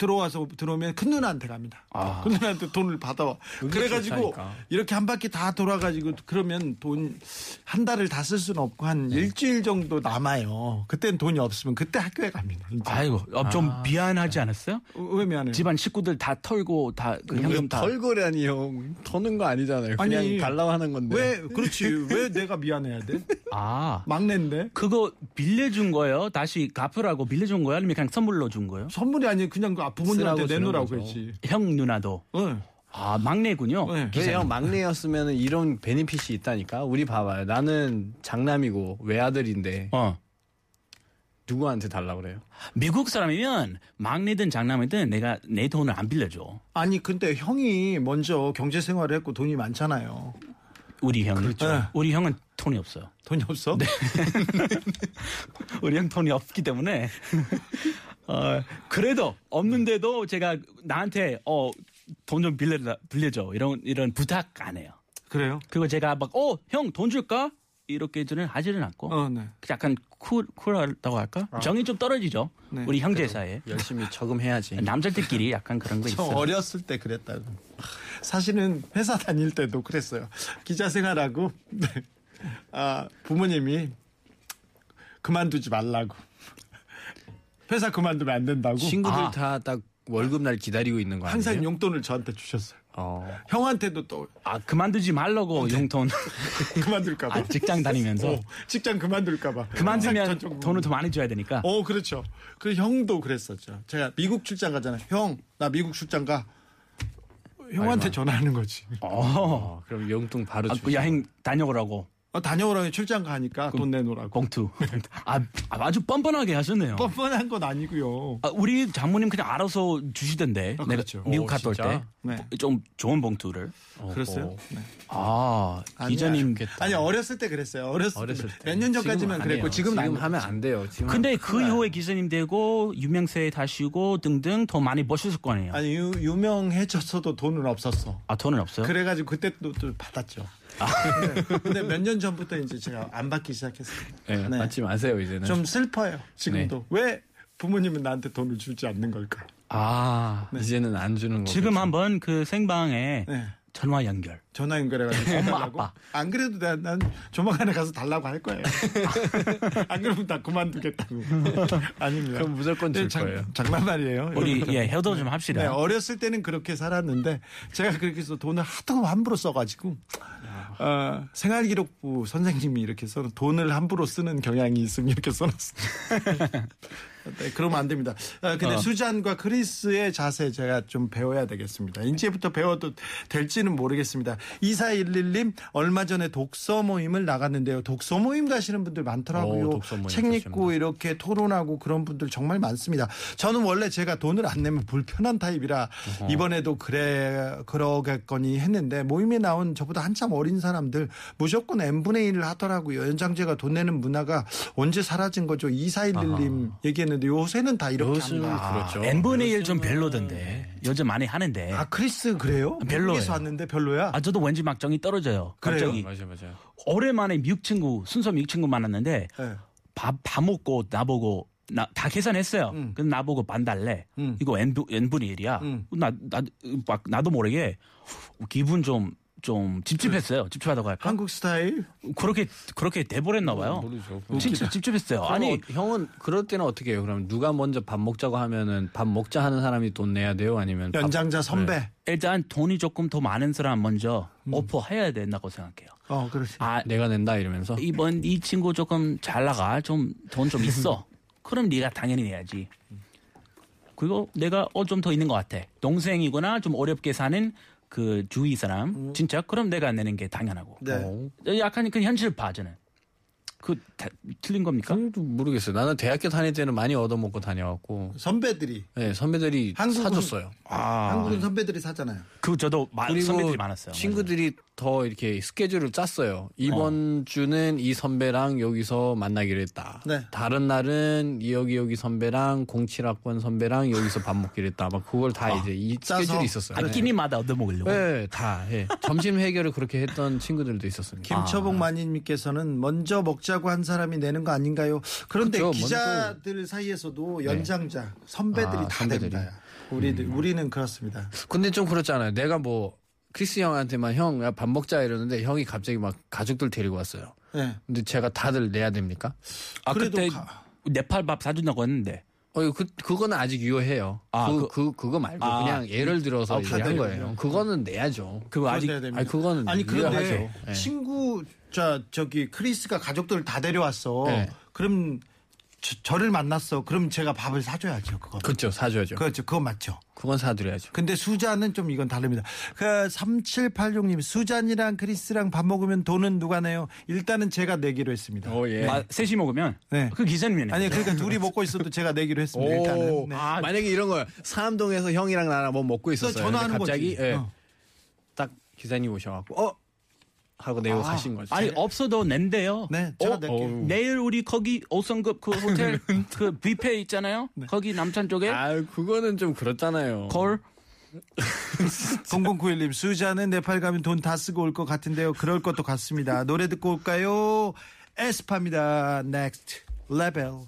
[SPEAKER 4] 들어와서 들어오면 큰 누나한테 갑니다. 큰 누나한테 돈을 받아와. 그래가지고
[SPEAKER 9] 좋다니까.
[SPEAKER 4] 이렇게 한 바퀴 다 돌아가지고 그러면 돈 한 달을 다 쓸 수는 없고 한 일주일 정도 남아요. 그땐 돈이 없으면 그때 학교에 갑니다. 진짜.
[SPEAKER 7] 아이고 어, 좀 미안하지 않았어요?
[SPEAKER 4] 왜 미안해요?
[SPEAKER 7] 집안 식구들 다 털고 다그 현금 다.
[SPEAKER 9] 털고라니 형 터는 거 음. 아니잖아요. 그냥
[SPEAKER 4] 아니,
[SPEAKER 9] 달라고 하는 건데.
[SPEAKER 4] 왜 그렇지? 왜 내가 미안해야 돼?
[SPEAKER 7] 아
[SPEAKER 4] 막내인데
[SPEAKER 7] 그거 빌려준 거예요? 다시 갚으라고 빌려준 거예요? 아니면 그냥 선물로 준 거예요?
[SPEAKER 4] 선물이 아니에요. 그냥 그 부모님한테 내놓으라고 어, 했지.
[SPEAKER 7] 형 누나도.
[SPEAKER 4] 응.
[SPEAKER 7] 아 막내군요.
[SPEAKER 4] 네.
[SPEAKER 9] 그래, 형 막내였으면 이런 베네핏이 있다니까. 우리 봐봐요. 나는 장남이고 외아들인데
[SPEAKER 7] 어
[SPEAKER 9] 누구한테 달라고 그래요?
[SPEAKER 7] 미국 사람이면 막내든 장남이든 내가 내 돈을 안 빌려줘.
[SPEAKER 4] 아니 근데 형이 먼저 경제 생활을 했고 돈이 많잖아요.
[SPEAKER 7] 우리 형.
[SPEAKER 4] 네.
[SPEAKER 7] 우리 형은 돈이 없어요.
[SPEAKER 4] 돈이 없어?
[SPEAKER 7] 우리 형 돈이 없기 때문에 어, 그래도 없는데도 제가 나한테 어, 돈 좀 빌려 빌려줘 이런 이런 부탁 안 해요.
[SPEAKER 4] 그래요?
[SPEAKER 7] 그리고 제가 막어형 돈 줄까 이렇게 저는 하지는 않고
[SPEAKER 4] 어, 네. 아.
[SPEAKER 7] 약간 쿨 쿨하다고 할까 정이 좀 떨어지죠.
[SPEAKER 4] 네.
[SPEAKER 7] 우리 형제 사이에
[SPEAKER 9] 열심히 저금해야지.
[SPEAKER 7] 남자들끼리 약간 그런 거
[SPEAKER 4] 저
[SPEAKER 7] 있어. 요
[SPEAKER 4] 어렸을 때 그랬다고. 사실은 회사 다닐 때도 그랬어요. 기자 생활하고 네. 아, 부모님이 그만두지 말라고. 회사 그만두면 안 된다고. 아,
[SPEAKER 9] 친구들 다 딱 월급 날 기다리고 있는 거 아니에요?
[SPEAKER 4] 항상 용돈을 저한테 주셨어요.
[SPEAKER 9] 어.
[SPEAKER 4] 형한테도 또
[SPEAKER 7] 아 그만두지 말라고 용돈
[SPEAKER 4] 그만둘까 봐.
[SPEAKER 7] 아, 직장 다니면서
[SPEAKER 4] 네. 어, 직장 그만둘까 봐. 항상
[SPEAKER 7] 그만두면
[SPEAKER 4] 저쪽
[SPEAKER 7] 돈을 더 많이 줘야 되니까.
[SPEAKER 4] 어, 그렇죠. 그 형도 그랬었죠. 제가 미국 출장 가잖아요. 형, 나 미국 출장 가. 형한테 전화하는 거지.
[SPEAKER 7] 어.
[SPEAKER 9] 어, 그럼 용돈 바로
[SPEAKER 7] 아,
[SPEAKER 9] 주
[SPEAKER 7] 그
[SPEAKER 9] 시
[SPEAKER 7] 야행 다녀오라고
[SPEAKER 4] 어, 다녀오라고 출장 가니까 돈 내놓으라고.
[SPEAKER 7] 봉투. 아, 아, 주 뻔뻔하게 하셨네요.
[SPEAKER 4] 뻔뻔한 건 아니고요.
[SPEAKER 7] 아, 우리 장모님 그냥 알아서 주시던데.
[SPEAKER 4] 아,
[SPEAKER 7] 내가
[SPEAKER 4] 그렇죠.
[SPEAKER 7] 미국
[SPEAKER 9] 오,
[SPEAKER 7] 갔다 올 때.
[SPEAKER 9] 진짜?
[SPEAKER 4] 네.
[SPEAKER 7] 좀 좋은 봉투를.
[SPEAKER 4] 그랬어요? 네.
[SPEAKER 7] 아,
[SPEAKER 4] 아니야.
[SPEAKER 7] 기자님. 뭐.
[SPEAKER 4] 아니, 어렸을 때 그랬어요. 어렸을,
[SPEAKER 9] 어렸을
[SPEAKER 4] 때.
[SPEAKER 9] 때.
[SPEAKER 4] 몇 년 전까지만
[SPEAKER 9] 지금은 안
[SPEAKER 4] 그랬고,
[SPEAKER 9] 해요.
[SPEAKER 4] 지금은 안
[SPEAKER 9] 지금 하면 안 돼요. 지금
[SPEAKER 7] 근데 그 이후에 기자님 되고 유명세에 다시고 등등 더 많이 버셨을 거 아니에요.
[SPEAKER 4] 아니, 유, 유명해졌어도 돈은 없었어.
[SPEAKER 7] 아, 돈은 없어요?
[SPEAKER 4] 그래가지고 그때 또, 또 받았죠. 네. 근데 몇 년 전부터 이제 제가 안 받기 시작했어요. 네.
[SPEAKER 9] 예, 받지 마세요 이제는.
[SPEAKER 4] 좀 슬퍼요. 지금도.
[SPEAKER 9] 네.
[SPEAKER 4] 왜 부모님은 나한테 돈을 주지 않는 걸까?
[SPEAKER 7] 아.
[SPEAKER 9] 이제는 안 주는 거.
[SPEAKER 7] 지금 한번 그 생방에
[SPEAKER 4] 네.
[SPEAKER 7] 전화 연결.
[SPEAKER 4] 전화 연결해가지고 달라고. 안 그래도 난, 난 조만간에 가서 달라고 할 거예요. 안 그러면 다 그만두겠다고. 아닙니다. 네,
[SPEAKER 9] 그럼 무조건 줄
[SPEAKER 4] 장-
[SPEAKER 9] 거예요.
[SPEAKER 4] 장난말이에요.
[SPEAKER 7] 우리,
[SPEAKER 4] 여러분들.
[SPEAKER 7] 예, 헤어도 좀 합시다.
[SPEAKER 4] 네, 어렸을 때는 그렇게 살았는데 제가 그렇게 해서 돈을 하도 함부로 써가지고 어, 생활기록부 선생님이 이렇게 써 돈을 함부로 쓰는 경향이 있으면 이렇게 써놨어요. 네, 그러면 안 됩니다. 아,
[SPEAKER 9] 어.
[SPEAKER 4] 근데 수잔과 크리스의 자세 제가 좀 배워야 되겠습니다. 이제부터 배워도 될지는 모르겠습니다. 2411님 얼마 전에 독서 모임을 나갔는데요. 독서 모임 가시는 분들 많더라고요.
[SPEAKER 9] 오, 독서 모임
[SPEAKER 4] 책 읽고 이렇게 토론하고 그런 분들 정말 많습니다. 저는 원래 제가 돈을 안 내면 불편한 타입이라 이번에도 그래 그러겠거니 했는데 모임에 나온 저보다 한참 어린 하는 사람들 무조건 n분의 1을 하더라고요. 연장제가 돈 내는 문화가 언제 사라진 거죠? 2411님 얘기했는데 요새는 다 이렇게
[SPEAKER 9] 요즘
[SPEAKER 4] 합니다.
[SPEAKER 9] 그렇죠.
[SPEAKER 7] N분의 1 아, 좀 별로던데. 요즘 많이 하는데.
[SPEAKER 4] 아 크리스 그래요?
[SPEAKER 7] 예. 별로예요.
[SPEAKER 4] 미국에서 왔는데 별로야?
[SPEAKER 7] 아, 저도 왠지 막정이 떨어져요.
[SPEAKER 4] 그래요?
[SPEAKER 7] 갑자기.
[SPEAKER 9] 맞아요, 맞아요.
[SPEAKER 7] 오랜만에 미국 친구, 순서 미국 친구 만났는데
[SPEAKER 4] 네.
[SPEAKER 7] 밥, 밥 먹고 나보고 나, 다 계산했어요.
[SPEAKER 4] 음.
[SPEAKER 7] 근데 나보고 반 달래.
[SPEAKER 4] 음.
[SPEAKER 7] 이거 N부, N분의 1이야.
[SPEAKER 4] 음.
[SPEAKER 7] 나, 나, 막, 나도 모르게 기분 좀, 좀 찝찝했어요. 찝찝하다고 할까?
[SPEAKER 4] 한국 스타일?
[SPEAKER 7] 그렇게, 그렇게 돼버렸나 봐요.
[SPEAKER 10] 모르죠.
[SPEAKER 7] 진짜 찝찝했어요.
[SPEAKER 9] 아니
[SPEAKER 7] 아니,
[SPEAKER 9] 형은 그럴 때는 어떻게 해요? 그럼 누가 먼저 밥 먹자고 하면은 밥 먹자 하는 사람이 돈 내야 돼요? 아니면 밥-
[SPEAKER 4] 연장자 선배.
[SPEAKER 7] 네. 일단 돈이 조금 더 많은 사람 먼저 오퍼해야 된다고 생각해요.
[SPEAKER 4] 어 그렇지.
[SPEAKER 7] 아,
[SPEAKER 9] 내가 낸다 이러면서
[SPEAKER 7] 이번 이 친구 조금 잘 나가. 좀 돈 좀 있어. 그럼 네가 당연히 내야지. 그리고 내가 어 좀 더 있는 것 같아. 동생이거나 좀 어렵게 사는 그 주위 사람 진짜 그럼 내가 내는 게 당연하고.
[SPEAKER 4] 네.
[SPEAKER 9] 어,
[SPEAKER 7] 약간 그 현실파 저는. 그 다- 틀린 겁니까?
[SPEAKER 9] 그래도 그러니까 모르겠어요. 나는 대학교 다닐 때는 많이 얻어먹고 다녀왔고
[SPEAKER 4] 선배들이
[SPEAKER 9] 네, 선배들이
[SPEAKER 4] 한국은-
[SPEAKER 9] 사줬어요.
[SPEAKER 7] 아,
[SPEAKER 4] 한국은 선배들이 사잖아요.
[SPEAKER 7] 그 저도 마, 선배들이 많았어요.
[SPEAKER 9] 친구들이 더 이렇게 스케줄을 짰어요. 이번 주는 이 선배랑 여기서 만나기로 했다.
[SPEAKER 4] 네.
[SPEAKER 9] 다른 날은 이 여기 여기 선배랑 07학번 선배랑 여기서 밥 먹기로 했다. 막 그걸 다 이제 이
[SPEAKER 4] 짜서.
[SPEAKER 9] 스케줄이 있었어요.
[SPEAKER 7] 아,
[SPEAKER 9] 네.
[SPEAKER 7] 끼니마다 얻어 먹으려고.
[SPEAKER 9] 네, 다. 예. 점심 해결을 그렇게 했던 친구들도 있었습니다.
[SPEAKER 4] 김처복 마님께서는 먼저 먹자고 한 사람이 내는 거 아닌가요? 그런데
[SPEAKER 9] 그렇죠. 네.
[SPEAKER 4] 기자들 사이에서도 연장자 선배들이
[SPEAKER 9] 아,
[SPEAKER 4] 다
[SPEAKER 9] 선배들이. 음.
[SPEAKER 4] 됩니다. 우리들 우리는 그렇습니다.
[SPEAKER 9] 근데 좀 그렇잖아요. 내가 뭐 크리스 형한테만 형 야 밥 먹자 이러는데 형이 갑자기 막 가족들 데리고 왔어요.
[SPEAKER 4] 네.
[SPEAKER 9] 근데 제가 다들 내야 됩니까?
[SPEAKER 7] 아,
[SPEAKER 4] 그래도
[SPEAKER 7] 그때
[SPEAKER 4] 가-
[SPEAKER 7] 네팔 밥 사준다고 했는데.
[SPEAKER 9] 어, 이거 그 그거는 아직 유효해요.
[SPEAKER 7] 아,
[SPEAKER 9] 그, 그 그거 말고
[SPEAKER 7] 아,
[SPEAKER 9] 그냥 예를 들어서
[SPEAKER 4] 아,
[SPEAKER 9] 얘기한
[SPEAKER 4] 다들.
[SPEAKER 9] 거예요. 그거는 내야죠.
[SPEAKER 7] 그거 아직
[SPEAKER 4] 그건 내야 됩니다.
[SPEAKER 9] 뭐 아니 그거는
[SPEAKER 4] 아니
[SPEAKER 9] 유효하죠.
[SPEAKER 4] 그런데
[SPEAKER 9] 예.
[SPEAKER 4] 친구 자 저기 크리스가 가족들을 다 데려왔어.
[SPEAKER 9] 네.
[SPEAKER 4] 그럼 저, 를 만났어. 그럼 제가 밥을 사줘야죠. 그거. 그,
[SPEAKER 9] 그렇죠. 사줘야죠. 그,
[SPEAKER 4] 그렇죠. 그건 맞죠.
[SPEAKER 9] 건 사드려야죠.
[SPEAKER 4] 근데 수잔은 좀 이건 다릅니다. 그 3786님 수잔이랑 크리스랑 밥 먹으면 돈은 누가 내요? 일단은 제가 내기로 했습니다.
[SPEAKER 9] 예.
[SPEAKER 7] 마- 아, 셋이 먹으면
[SPEAKER 4] 네.
[SPEAKER 7] 그 기자님이네.
[SPEAKER 4] 아니 그러니까 둘이 먹고 있어도 제가 내기로 했습니다. 일단은. 네.
[SPEAKER 9] 아, 만약에 이런 거요. 사암동에서 형이랑 나랑 뭐 먹고
[SPEAKER 4] 그래서
[SPEAKER 9] 있었어요.
[SPEAKER 4] 전화하는
[SPEAKER 9] 근데 갑자기
[SPEAKER 4] 거지.
[SPEAKER 9] 예.
[SPEAKER 4] 어.
[SPEAKER 9] 딱 기사님 오셔갖고 어 하고 내고 가신 거죠.
[SPEAKER 7] 아니 없어도 낸대요.
[SPEAKER 4] 네, 제가
[SPEAKER 7] 어?
[SPEAKER 4] 낼게요.
[SPEAKER 9] 어우.
[SPEAKER 7] 내일 우리 거기 5성급 그 호텔 그 뷔페 있잖아요. 거기 남산 쪽에
[SPEAKER 9] 아 그거는 좀 그렇잖아요.
[SPEAKER 7] 걸
[SPEAKER 4] 0091님 수잔은 네팔 가면 돈 다 쓰고 올 것 같은데요. 그럴 것도 같습니다. 노래 듣고 올까요? 에스파입니다. Next Level.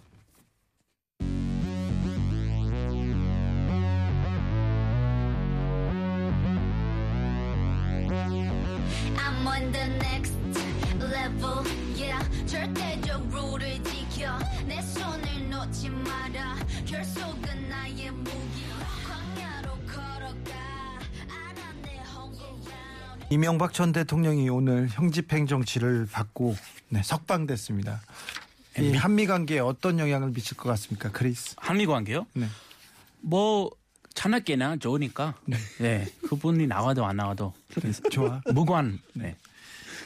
[SPEAKER 6] I'm on the next level, yeah. 절대적으로를 지켜. 내 손을 놓지 마라. 결속은 나의 무기. 광야로 걸어가. 알아, 내 홍보야.
[SPEAKER 4] 이명박 전 대통령이 오늘 형집행 정치를 받고 네, 석방됐습니다. 이 한미 관계에 어떤 영향을 미칠 것 같습니까, 크리스?
[SPEAKER 7] 한미 관계요?
[SPEAKER 4] 네.
[SPEAKER 7] 뭐 자나깨나 좋으니까. 네. 그분이 나와도 안 나와도
[SPEAKER 4] 좋아.
[SPEAKER 7] 무관. 네.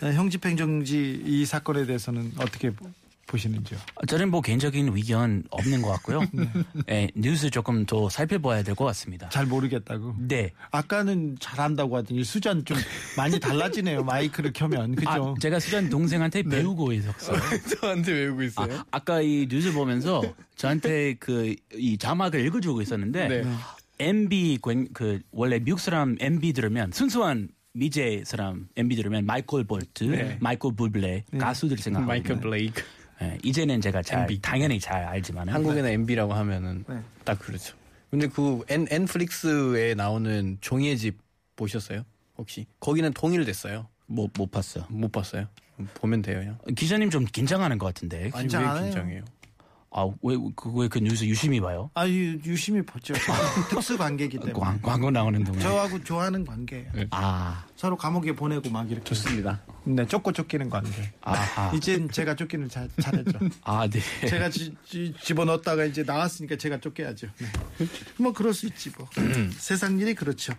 [SPEAKER 4] 네, 형집행 정지 이 사건에 대해서는 어떻게 보- 보시는지요?
[SPEAKER 7] 저는 뭐 개인적인 의견 없는 것 같고요. 네, 뉴스 조금 더 살펴봐야 될 것 같습니다.
[SPEAKER 4] 잘 모르겠다고.
[SPEAKER 7] 네.
[SPEAKER 4] 아까는 잘한다고 하더니 수잔 좀 많이 달라지네요. 마이크를 켜면
[SPEAKER 7] 아,
[SPEAKER 4] 그죠?
[SPEAKER 7] 제가 수잔 동생한테 배우고 있었어요.
[SPEAKER 9] 저한테 외우고 있어요.
[SPEAKER 7] 아, 까이 뉴스 보면서 저한테 그 이 자막을 읽어주고 있었는데
[SPEAKER 9] 네.
[SPEAKER 7] MB 권- 그 원래 미국 사람 MB 들으면 순수한 미제 사람 MB 들으면 마이클 볼트, 마이클 부블레 가수들 생각하고
[SPEAKER 9] 네. 마이클 블레이크.
[SPEAKER 7] 예, 이제는 제가 잘 당연히 잘 알지만
[SPEAKER 9] 네. 한국에나 MB라고 하면은 딱 그렇죠. 근데 그 N N플릭스에 나오는 종이의 집 보셨어요? 혹시 거기는 통일됐어요?
[SPEAKER 7] 못, 못 봤어.
[SPEAKER 9] 못 봤어요? 보면 돼요, 형.
[SPEAKER 7] 기자님 좀 긴장하는 것 같은데.
[SPEAKER 9] 아니
[SPEAKER 4] 긴장 안
[SPEAKER 9] 왜
[SPEAKER 4] 해요.
[SPEAKER 9] 긴장해요?
[SPEAKER 7] 아왜그왜그 뉴스 유심히 봐요?
[SPEAKER 4] 아, 유, 유심히 봤죠. 특수 관계이기
[SPEAKER 9] 네.
[SPEAKER 4] 때문에.
[SPEAKER 7] 광, 광고 네. 나오는 동안.
[SPEAKER 4] 저하고 좋아하는 관계예요.
[SPEAKER 7] 아
[SPEAKER 4] 서로 감옥에 보내고 막 이렇게.
[SPEAKER 9] 좋습니다.
[SPEAKER 4] 네, 쫓고 쫓기는 관계.
[SPEAKER 7] 아하
[SPEAKER 4] 이젠 제가 쫓기는 잘, 잘했죠.
[SPEAKER 7] 아 네.
[SPEAKER 4] 제가 지- 지- 집어넣었다가 이제 나왔으니까 제가 쫓겨야죠. 네. 뭐 그럴 수 있지 뭐. 세상 일이 그렇죠.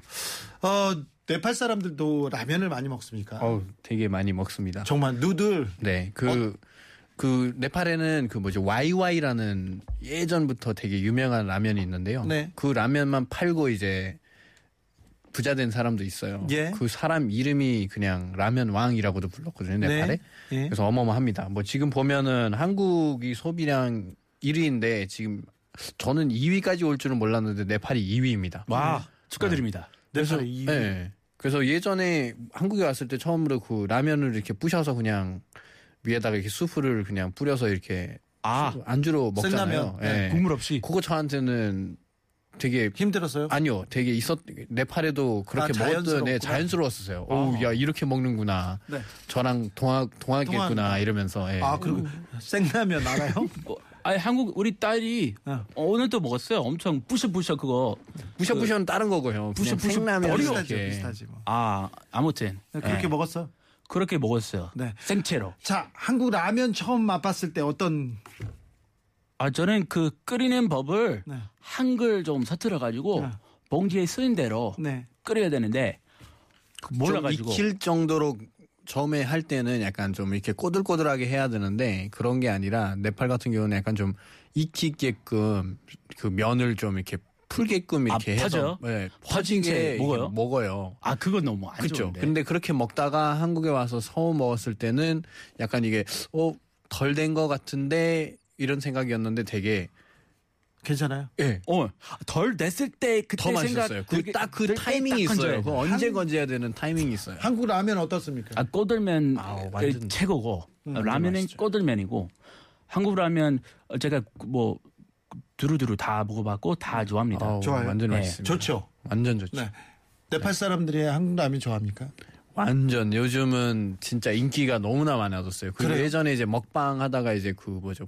[SPEAKER 4] 어, 네팔 사람들도 라면을 많이 먹습니까?
[SPEAKER 9] 어우, 되게 많이 먹습니다.
[SPEAKER 4] 정말 누들
[SPEAKER 9] 네, 그, 그, 네팔에는 그 뭐죠, YY라는 예전부터 되게 유명한 그 라면이 있는데요.
[SPEAKER 4] 네.
[SPEAKER 9] 그 라면만 팔고 이제 부자 된 사람도 있어요.
[SPEAKER 4] 예.
[SPEAKER 9] 그 사람 이름이 그냥 라면 왕이라고도 불렀거든요.
[SPEAKER 4] 네.
[SPEAKER 9] 네팔에.
[SPEAKER 4] 예.
[SPEAKER 9] 그래서 어마어마합니다. 뭐 지금 보면은 한국이 소비량 1위인데 지금 저는 2위까지 올 줄은 몰랐는데 네팔이 2위입니다.
[SPEAKER 7] 와 축하드립니다.
[SPEAKER 4] 그래서 이
[SPEAKER 9] 네. 그래서 예전에 한국에 왔을 때 처음으로 그 라면을 이렇게 부셔서 그냥 위에다가 이렇게 수프를 그냥 뿌려서 이렇게
[SPEAKER 7] 아
[SPEAKER 9] 안주로 먹잖아요.
[SPEAKER 4] 생라면. 네.
[SPEAKER 9] 예.
[SPEAKER 7] 국물 없이
[SPEAKER 9] 그거 저한테는 되게
[SPEAKER 4] 힘들었어요.
[SPEAKER 9] 아니요, 되게 있었 네팔에도
[SPEAKER 4] 아,
[SPEAKER 9] 그렇게 먹었던
[SPEAKER 4] 자연스럽구나. 아.
[SPEAKER 9] 네, 자연스러웠어요. 오, 야 이렇게 먹는구나.
[SPEAKER 4] 네.
[SPEAKER 9] 저랑 동학 동학이겠구나
[SPEAKER 4] 동학.
[SPEAKER 9] 이러면서. 예. 네,
[SPEAKER 4] 아 그리고 생라면 알아요?
[SPEAKER 7] 어, 아니 한국 우리 딸이
[SPEAKER 9] 어.
[SPEAKER 7] 오늘 또 먹었어요. 엄청 부셔부셔 그거
[SPEAKER 9] 부셔부셔는 다른 거고요.
[SPEAKER 7] 부셔부셔
[SPEAKER 9] 생라면
[SPEAKER 7] 버리고
[SPEAKER 4] 비슷하죠, 비슷하지 뭐.
[SPEAKER 7] 아 아무튼
[SPEAKER 4] 네,
[SPEAKER 9] 네,
[SPEAKER 4] 그렇게
[SPEAKER 7] 예,
[SPEAKER 4] 먹었어.
[SPEAKER 7] 그렇게 먹었어요.
[SPEAKER 4] 네.
[SPEAKER 7] 생채로.
[SPEAKER 4] 자, 한국 라면 처음 맛봤을 때 어떤
[SPEAKER 7] 아 저는 그 끓이는 법을
[SPEAKER 4] 네.
[SPEAKER 7] 한글 좀 서툴러 가지고
[SPEAKER 4] 네.
[SPEAKER 7] 봉지에 쓰인 대로
[SPEAKER 4] 네.
[SPEAKER 7] 끓여야 되는데 그 몰라가지고
[SPEAKER 9] 좀 익힐 정도로 처음에 할 때는 약간 좀 이렇게 꼬들꼬들하게 해야 되는데 그런 게 아니라 네팔 같은 경우는 약간 좀 익히게끔 그 면을 좀 이렇게 풀게끔 이렇게 해서
[SPEAKER 7] 아, 퍼져요?
[SPEAKER 9] 예,
[SPEAKER 7] 퍼진 채
[SPEAKER 9] 퍼지게
[SPEAKER 7] 먹어요?
[SPEAKER 9] 먹어요.
[SPEAKER 7] 아 그건 너무 안
[SPEAKER 9] 그렇죠.
[SPEAKER 7] 좋은데.
[SPEAKER 9] 근데 그렇게 먹다가 한국에 와서 처음 먹었을 때는 약간 이게 어덜 된 것 같은데 이런 생각이었는데 되게
[SPEAKER 4] 괜찮아요?
[SPEAKER 9] 예.
[SPEAKER 7] 어, 덜 냈을 때 그때
[SPEAKER 9] 더 맛있었어요.
[SPEAKER 7] 생각
[SPEAKER 9] 그 딱 그 타이밍이 있어요. 그 언제 건져야 되는 타이밍이 있어요.
[SPEAKER 4] 한국 라면 어떻습니까?
[SPEAKER 7] 아 꼬들면
[SPEAKER 9] 아우, 완전- 음,
[SPEAKER 7] 최고고 라면은 꼬들면이고 한국 라면 제가 뭐 두루두루 다 먹어봤고 다 좋아합니다.
[SPEAKER 9] 음. 아우,
[SPEAKER 4] 좋아요.
[SPEAKER 9] 완전
[SPEAKER 7] 네.
[SPEAKER 9] 맛있습니다.
[SPEAKER 4] 좋죠.
[SPEAKER 9] 완전 좋죠.
[SPEAKER 4] 네. 네팔 사람들이 한국 라면 좋아합니까?
[SPEAKER 9] 완전 요즘은 진짜 인기가 너무나 많아졌어요. 그리고
[SPEAKER 4] 그래요?
[SPEAKER 9] 예전에 이제 먹방 하다가 이제 그 뭐죠?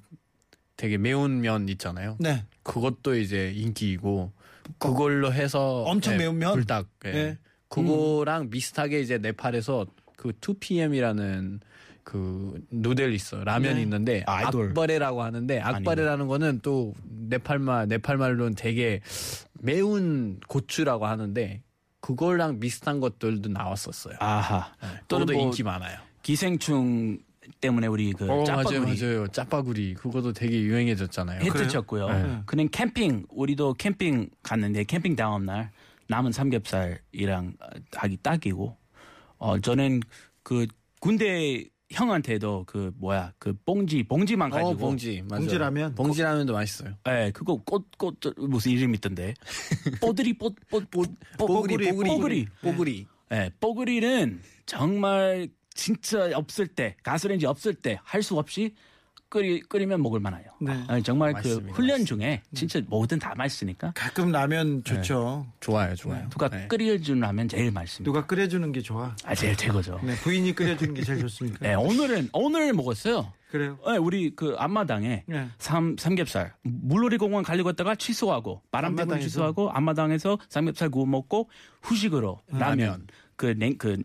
[SPEAKER 9] 되게 매운 면 있잖아요.
[SPEAKER 4] 네.
[SPEAKER 9] 그것도 이제 인기이고 그걸로 해서
[SPEAKER 4] 엄청
[SPEAKER 9] 예,
[SPEAKER 4] 매운 면?
[SPEAKER 9] 불닭 예.
[SPEAKER 4] 예.
[SPEAKER 9] 그거랑 비슷하게 이제 네팔에서 그 2PM이라는 그 누델 있어 라면이
[SPEAKER 4] 네.
[SPEAKER 9] 있는데
[SPEAKER 7] 아이돌.
[SPEAKER 9] 악바레라고 하는데 악바레라는 거는 또 네팔말 네팔말로는 되게 매운 고추라고 하는데 그거랑 비슷한 것들도 나왔었어요.
[SPEAKER 7] 아하.
[SPEAKER 9] 또도
[SPEAKER 7] 또는 뭐
[SPEAKER 9] 인기 많아요.
[SPEAKER 7] 기생충 때문에 우리 그
[SPEAKER 9] 어, 맞아요,
[SPEAKER 7] 짜파구리
[SPEAKER 9] 맞아요. 짜파구리 그것도 되게 유행해졌잖아요. 네.
[SPEAKER 7] 히트 쳤고요. 그냥 캠핑 우리도 캠핑 갔는데 캠핑 다음 날 남은 삼겹살이랑 하기 딱이고 어 저는 그 군대 형한테도 그 뭐야 그 봉지 봉지만 가지고
[SPEAKER 9] 어, 봉지 맞아요.
[SPEAKER 4] 봉지라면?
[SPEAKER 9] 봉지라면도 맛있어요.
[SPEAKER 7] 예, 그거 꽃, 꽃, 저, 무슨 이름 있던데. 뽀드리, 뽀, 뽀, 뽀,
[SPEAKER 9] 뽀글이, 뽀글이,
[SPEAKER 7] 어, 뽀글이.
[SPEAKER 9] 뽀글이.
[SPEAKER 7] 예, 뽀글이는 정말 진짜 없을 때, 가스레인지 없을 때, 할 수 없이 끓이, 끓이면 먹을 만해요.
[SPEAKER 4] 네.
[SPEAKER 7] 예, 정말
[SPEAKER 9] 맛있습니다,
[SPEAKER 7] 그 훈련 중에 진짜 뭐든 다 맛있으니까.
[SPEAKER 4] 가끔 라면 좋죠.
[SPEAKER 9] 좋아요, 좋아요.
[SPEAKER 7] 누가
[SPEAKER 9] 네.
[SPEAKER 7] 끓여주는 라면 제일 맛있습니다.
[SPEAKER 4] 누가 끓여주는 게 좋아.
[SPEAKER 7] 아, 제일 최고죠.
[SPEAKER 4] 네. 부인이 끓여주는 게 제일 좋습니까?
[SPEAKER 9] 네.
[SPEAKER 7] 예, 오늘은, 오늘 먹었어요.
[SPEAKER 4] 그래요.
[SPEAKER 7] 예, 우리 그 앞마당에
[SPEAKER 4] 네.
[SPEAKER 7] 삼, 삼겹살 물놀이 공원 가려고 했다가 취소하고 바람 때문에
[SPEAKER 4] 앞마당에서?
[SPEAKER 7] 취소하고 앞마당에서 삼겹살 구워 먹고 후식으로 라면 그냉그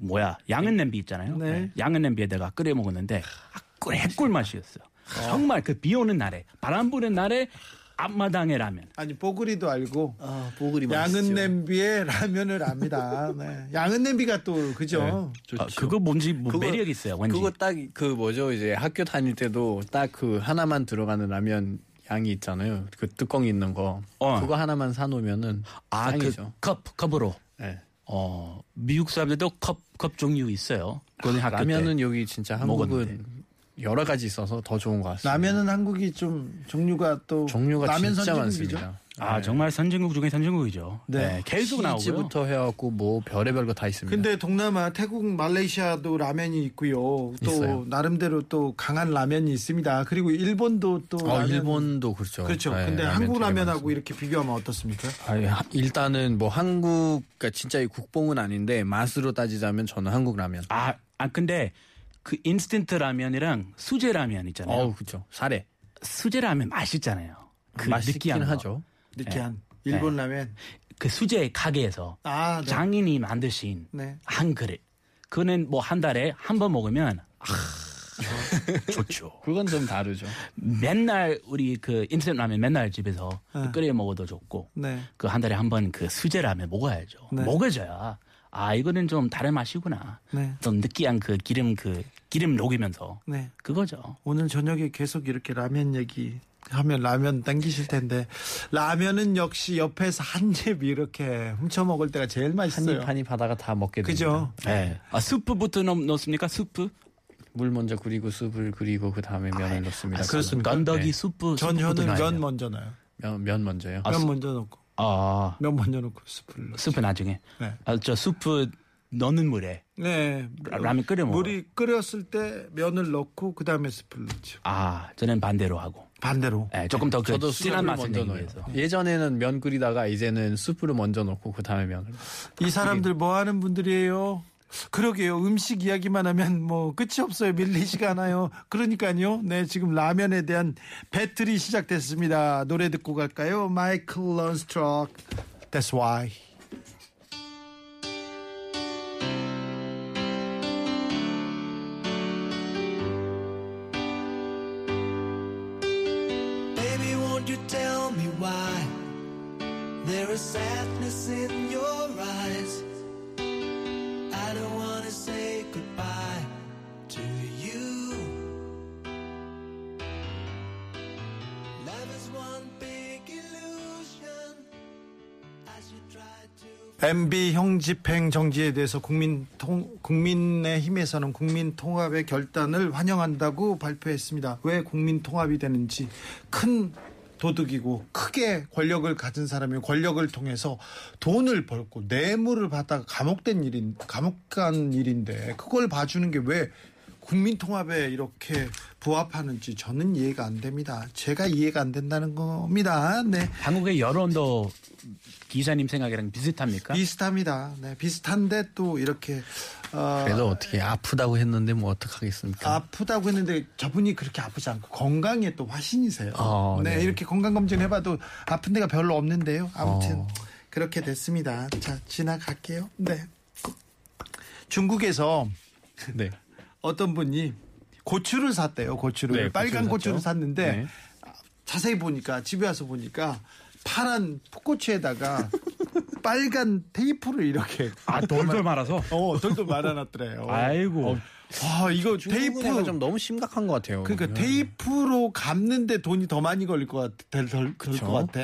[SPEAKER 7] 뭐야 양은 냄비 있잖아요.
[SPEAKER 4] 네.
[SPEAKER 7] 네. 양은 냄비에다가 끓여 먹었는데 아, 꿀 해꿀 맛이었어요. 정말 그 비 오는 날에 바람 부는 날에 앞마당에 라면.
[SPEAKER 4] 아니 뽀글이도 알고
[SPEAKER 9] 아, 뽀글이
[SPEAKER 4] 양은
[SPEAKER 9] 맛있죠.
[SPEAKER 4] 냄비에 라면을 압니다. 네. 양은 냄비가 또 그죠?
[SPEAKER 9] 좋죠.
[SPEAKER 7] 아, 그거 뭔지 뭐
[SPEAKER 9] 그렇죠. 그거-
[SPEAKER 7] 매력 있어요. 왠지.
[SPEAKER 9] 그거 딱 그 뭐죠? 이제 학교 다닐 때도 딱 그 하나만 들어가는 라면 양이 있잖아요. 그 뚜껑 있는 거.
[SPEAKER 7] 어.
[SPEAKER 9] 그거 하나만 사놓으면은
[SPEAKER 7] 아,
[SPEAKER 9] 짱이죠.
[SPEAKER 7] 그컵 컵으로.
[SPEAKER 9] 예.
[SPEAKER 7] 어, 미국 사람들도 컵 컵 종류 있어요. 그건 학교 때.
[SPEAKER 9] 라면은 여기 진짜 한국은
[SPEAKER 7] 먹었는데.
[SPEAKER 9] 여러 가지 있어서 더 좋은 것 같습니다.
[SPEAKER 4] 라면은 한국이 좀 종류가 또
[SPEAKER 9] 종류가
[SPEAKER 4] 라면
[SPEAKER 9] 진짜
[SPEAKER 4] 선진국이죠.
[SPEAKER 9] 많습니다.
[SPEAKER 7] 아 정말 선진국 중에 선진국이죠.
[SPEAKER 4] 네.
[SPEAKER 7] 네, 계속 나오고요.
[SPEAKER 9] 치즈부터 해갖고 뭐 별의별 거 다 있습니다.
[SPEAKER 4] 근데 동남아 태국 말레이시아도 라면이 있고요. 또
[SPEAKER 9] 있어요.
[SPEAKER 4] 나름대로 또 강한 라면이 있습니다. 그리고 일본도 또
[SPEAKER 9] 어,
[SPEAKER 4] 라면-
[SPEAKER 9] 일본도 그렇죠.
[SPEAKER 4] 그렇죠.
[SPEAKER 9] 예,
[SPEAKER 4] 근데
[SPEAKER 9] 라면
[SPEAKER 4] 한국
[SPEAKER 9] 되게
[SPEAKER 4] 라면하고 이렇게 비교하면 어떻습니까?
[SPEAKER 9] 아니, 하- 일단은 뭐 한국 그러니까 진짜 이 국뽕은 아닌데 맛으로 따지자면 저는 한국 라면.
[SPEAKER 7] 아, 아 근데 그 인스턴트 라면이랑 수제 라면 있잖아요.
[SPEAKER 9] 어우 그죠. 사례.
[SPEAKER 7] 수제 라면 맛있잖아요. 그
[SPEAKER 9] 맛있긴
[SPEAKER 7] 느끼한 거.
[SPEAKER 9] 하죠.
[SPEAKER 4] 느끼한
[SPEAKER 9] 네.
[SPEAKER 4] 일본 라면.
[SPEAKER 7] 그 수제 가게에서
[SPEAKER 4] 아, 네.
[SPEAKER 7] 장인이 만드신
[SPEAKER 4] 네.
[SPEAKER 7] 한 그릇. 그거는 뭐 한 달에 한 번 먹으면 아, 좋죠.
[SPEAKER 9] 그건 좀 다르죠.
[SPEAKER 7] 맨날 우리 그 인스턴트 라면 맨날 집에서
[SPEAKER 9] 네.
[SPEAKER 7] 끓여 먹어도 좋고
[SPEAKER 4] 네.
[SPEAKER 7] 그 한 달에 한 번 그 수제 라면 먹어야죠.
[SPEAKER 4] 네.
[SPEAKER 7] 먹어줘야 아 이거는 좀 다른 맛이구나.
[SPEAKER 4] 네.
[SPEAKER 7] 좀 느끼한 그 기름 그 기름 녹이면서
[SPEAKER 4] 네.
[SPEAKER 7] 그거죠.
[SPEAKER 4] 오늘 저녁에 계속 이렇게 라면 얘기 하면 라면 당기실 텐데 라면은 역시 옆에서 한 입 이렇게 훔쳐 먹을 때가 제일 맛있어요.
[SPEAKER 9] 한입 한입 하다가 다 먹게 됩니다.
[SPEAKER 4] 그죠?
[SPEAKER 9] 네.
[SPEAKER 7] 아, 스프부터 넣, 넣습니까? 스프?
[SPEAKER 9] 물 먼저 그리고 숲을 그리고 그 다음에 면을 넣습니다.
[SPEAKER 4] 그렇습니까?
[SPEAKER 7] 건더기
[SPEAKER 9] 네.
[SPEAKER 7] 스프.
[SPEAKER 4] 전
[SPEAKER 7] 스프부터
[SPEAKER 4] 혀는
[SPEAKER 7] 넣어야
[SPEAKER 4] 면
[SPEAKER 7] 돼요.
[SPEAKER 9] 뭐-
[SPEAKER 4] 먼저 넣어요.
[SPEAKER 9] 면, 면 먼저요.
[SPEAKER 4] 면 먼저 넣고
[SPEAKER 7] 아,
[SPEAKER 4] 면 먼저 넣고 스프를 넣어.
[SPEAKER 7] 스프 나중에.
[SPEAKER 4] 네.
[SPEAKER 7] 아, 저 스프 넣는 물에
[SPEAKER 4] 네.
[SPEAKER 7] 라- 라면 끓여 먹어. 요
[SPEAKER 4] 물이 끓였을 때 면을 넣고 그다음에 스프를 넣죠.
[SPEAKER 7] 아, 저는 반대로 하고.
[SPEAKER 4] 반대로.
[SPEAKER 7] 예, 조금 더그
[SPEAKER 9] 저도
[SPEAKER 7] 진한
[SPEAKER 9] 숯을
[SPEAKER 7] 맛을
[SPEAKER 9] 먼저
[SPEAKER 7] 내기
[SPEAKER 9] 넣어요.
[SPEAKER 7] 위해서.
[SPEAKER 9] 예전에는 면 끓이다가 이제는 수프를 먼저 넣고 그 다음에 면을.
[SPEAKER 4] 이 사람들 뭐 하는 분들이에요? 그러게요. 음식 이야기만 하면 뭐 끝이 없어요. 밀리지가 않아요. 그러니까요. 네, 지금 라면에 대한 배틀이 시작됐습니다. 노래 듣고 갈까요? 마이클 런스트럭. That's why.
[SPEAKER 11] Baby, won't you tell me why there is sadness in your eyes? I don't want to say goodbye to you. Love is one big illusion. I should try to.
[SPEAKER 4] MB 형 집행 정지에 대해서 국민 통, 국민의 힘에서는 국민 통합의 결단을 환영한다고 발표했습니다. 왜 국민 통합이 되는지 큰 도둑이고 크게 권력을 가진 사람이 권력을 통해서 돈을 벌고 뇌물을 받다가 감옥된 일인 감옥 간 일인데 그걸 봐주는 게 왜 국민 통합에 이렇게 부합하는지 저는 이해가 안 됩니다. 제가 이해가 안 된다는 겁니다. 네.
[SPEAKER 7] 한국의 여론도 기사님 생각이랑 비슷합니까?
[SPEAKER 4] 비슷합니다. 네, 비슷한데 또 이렇게 어,
[SPEAKER 9] 그래도 어떻게 아프다고 했는데 뭐 어떡하겠습니까?
[SPEAKER 4] 아프다고 했는데 저분이 그렇게 아프지 않고 건강에 또 화신이세요.
[SPEAKER 9] 어,
[SPEAKER 4] 네,
[SPEAKER 9] 네.
[SPEAKER 4] 이렇게 건강 검진 해봐도 아픈 데가 별로 없는데요. 아무튼 그렇게 됐습니다. 자 지나갈게요. 네, 중국에서
[SPEAKER 9] 네.
[SPEAKER 4] 어떤 분이 고추를 샀대요. 고추를
[SPEAKER 9] 네,
[SPEAKER 4] 빨간
[SPEAKER 9] 고추를
[SPEAKER 4] 고추를
[SPEAKER 9] 샀죠.
[SPEAKER 4] 샀는데
[SPEAKER 9] 네.
[SPEAKER 4] 자세히 보니까 집에 와서 보니까 파란 풋고추에다가 빨간 테이프를 이렇게
[SPEAKER 7] 아, 돌돌 말아서?
[SPEAKER 4] 어, 돌도 말아놨더래요.
[SPEAKER 7] 아이고.
[SPEAKER 9] 어,
[SPEAKER 4] 와, 이거
[SPEAKER 9] 테이프
[SPEAKER 4] 테이프.
[SPEAKER 9] 그 좀 너무 심각한 것 같아요.
[SPEAKER 4] 그러니까 테이프로 감는데 돈이 더 많이 걸릴 것 같아. 될, 덜, 그럴 것 같아.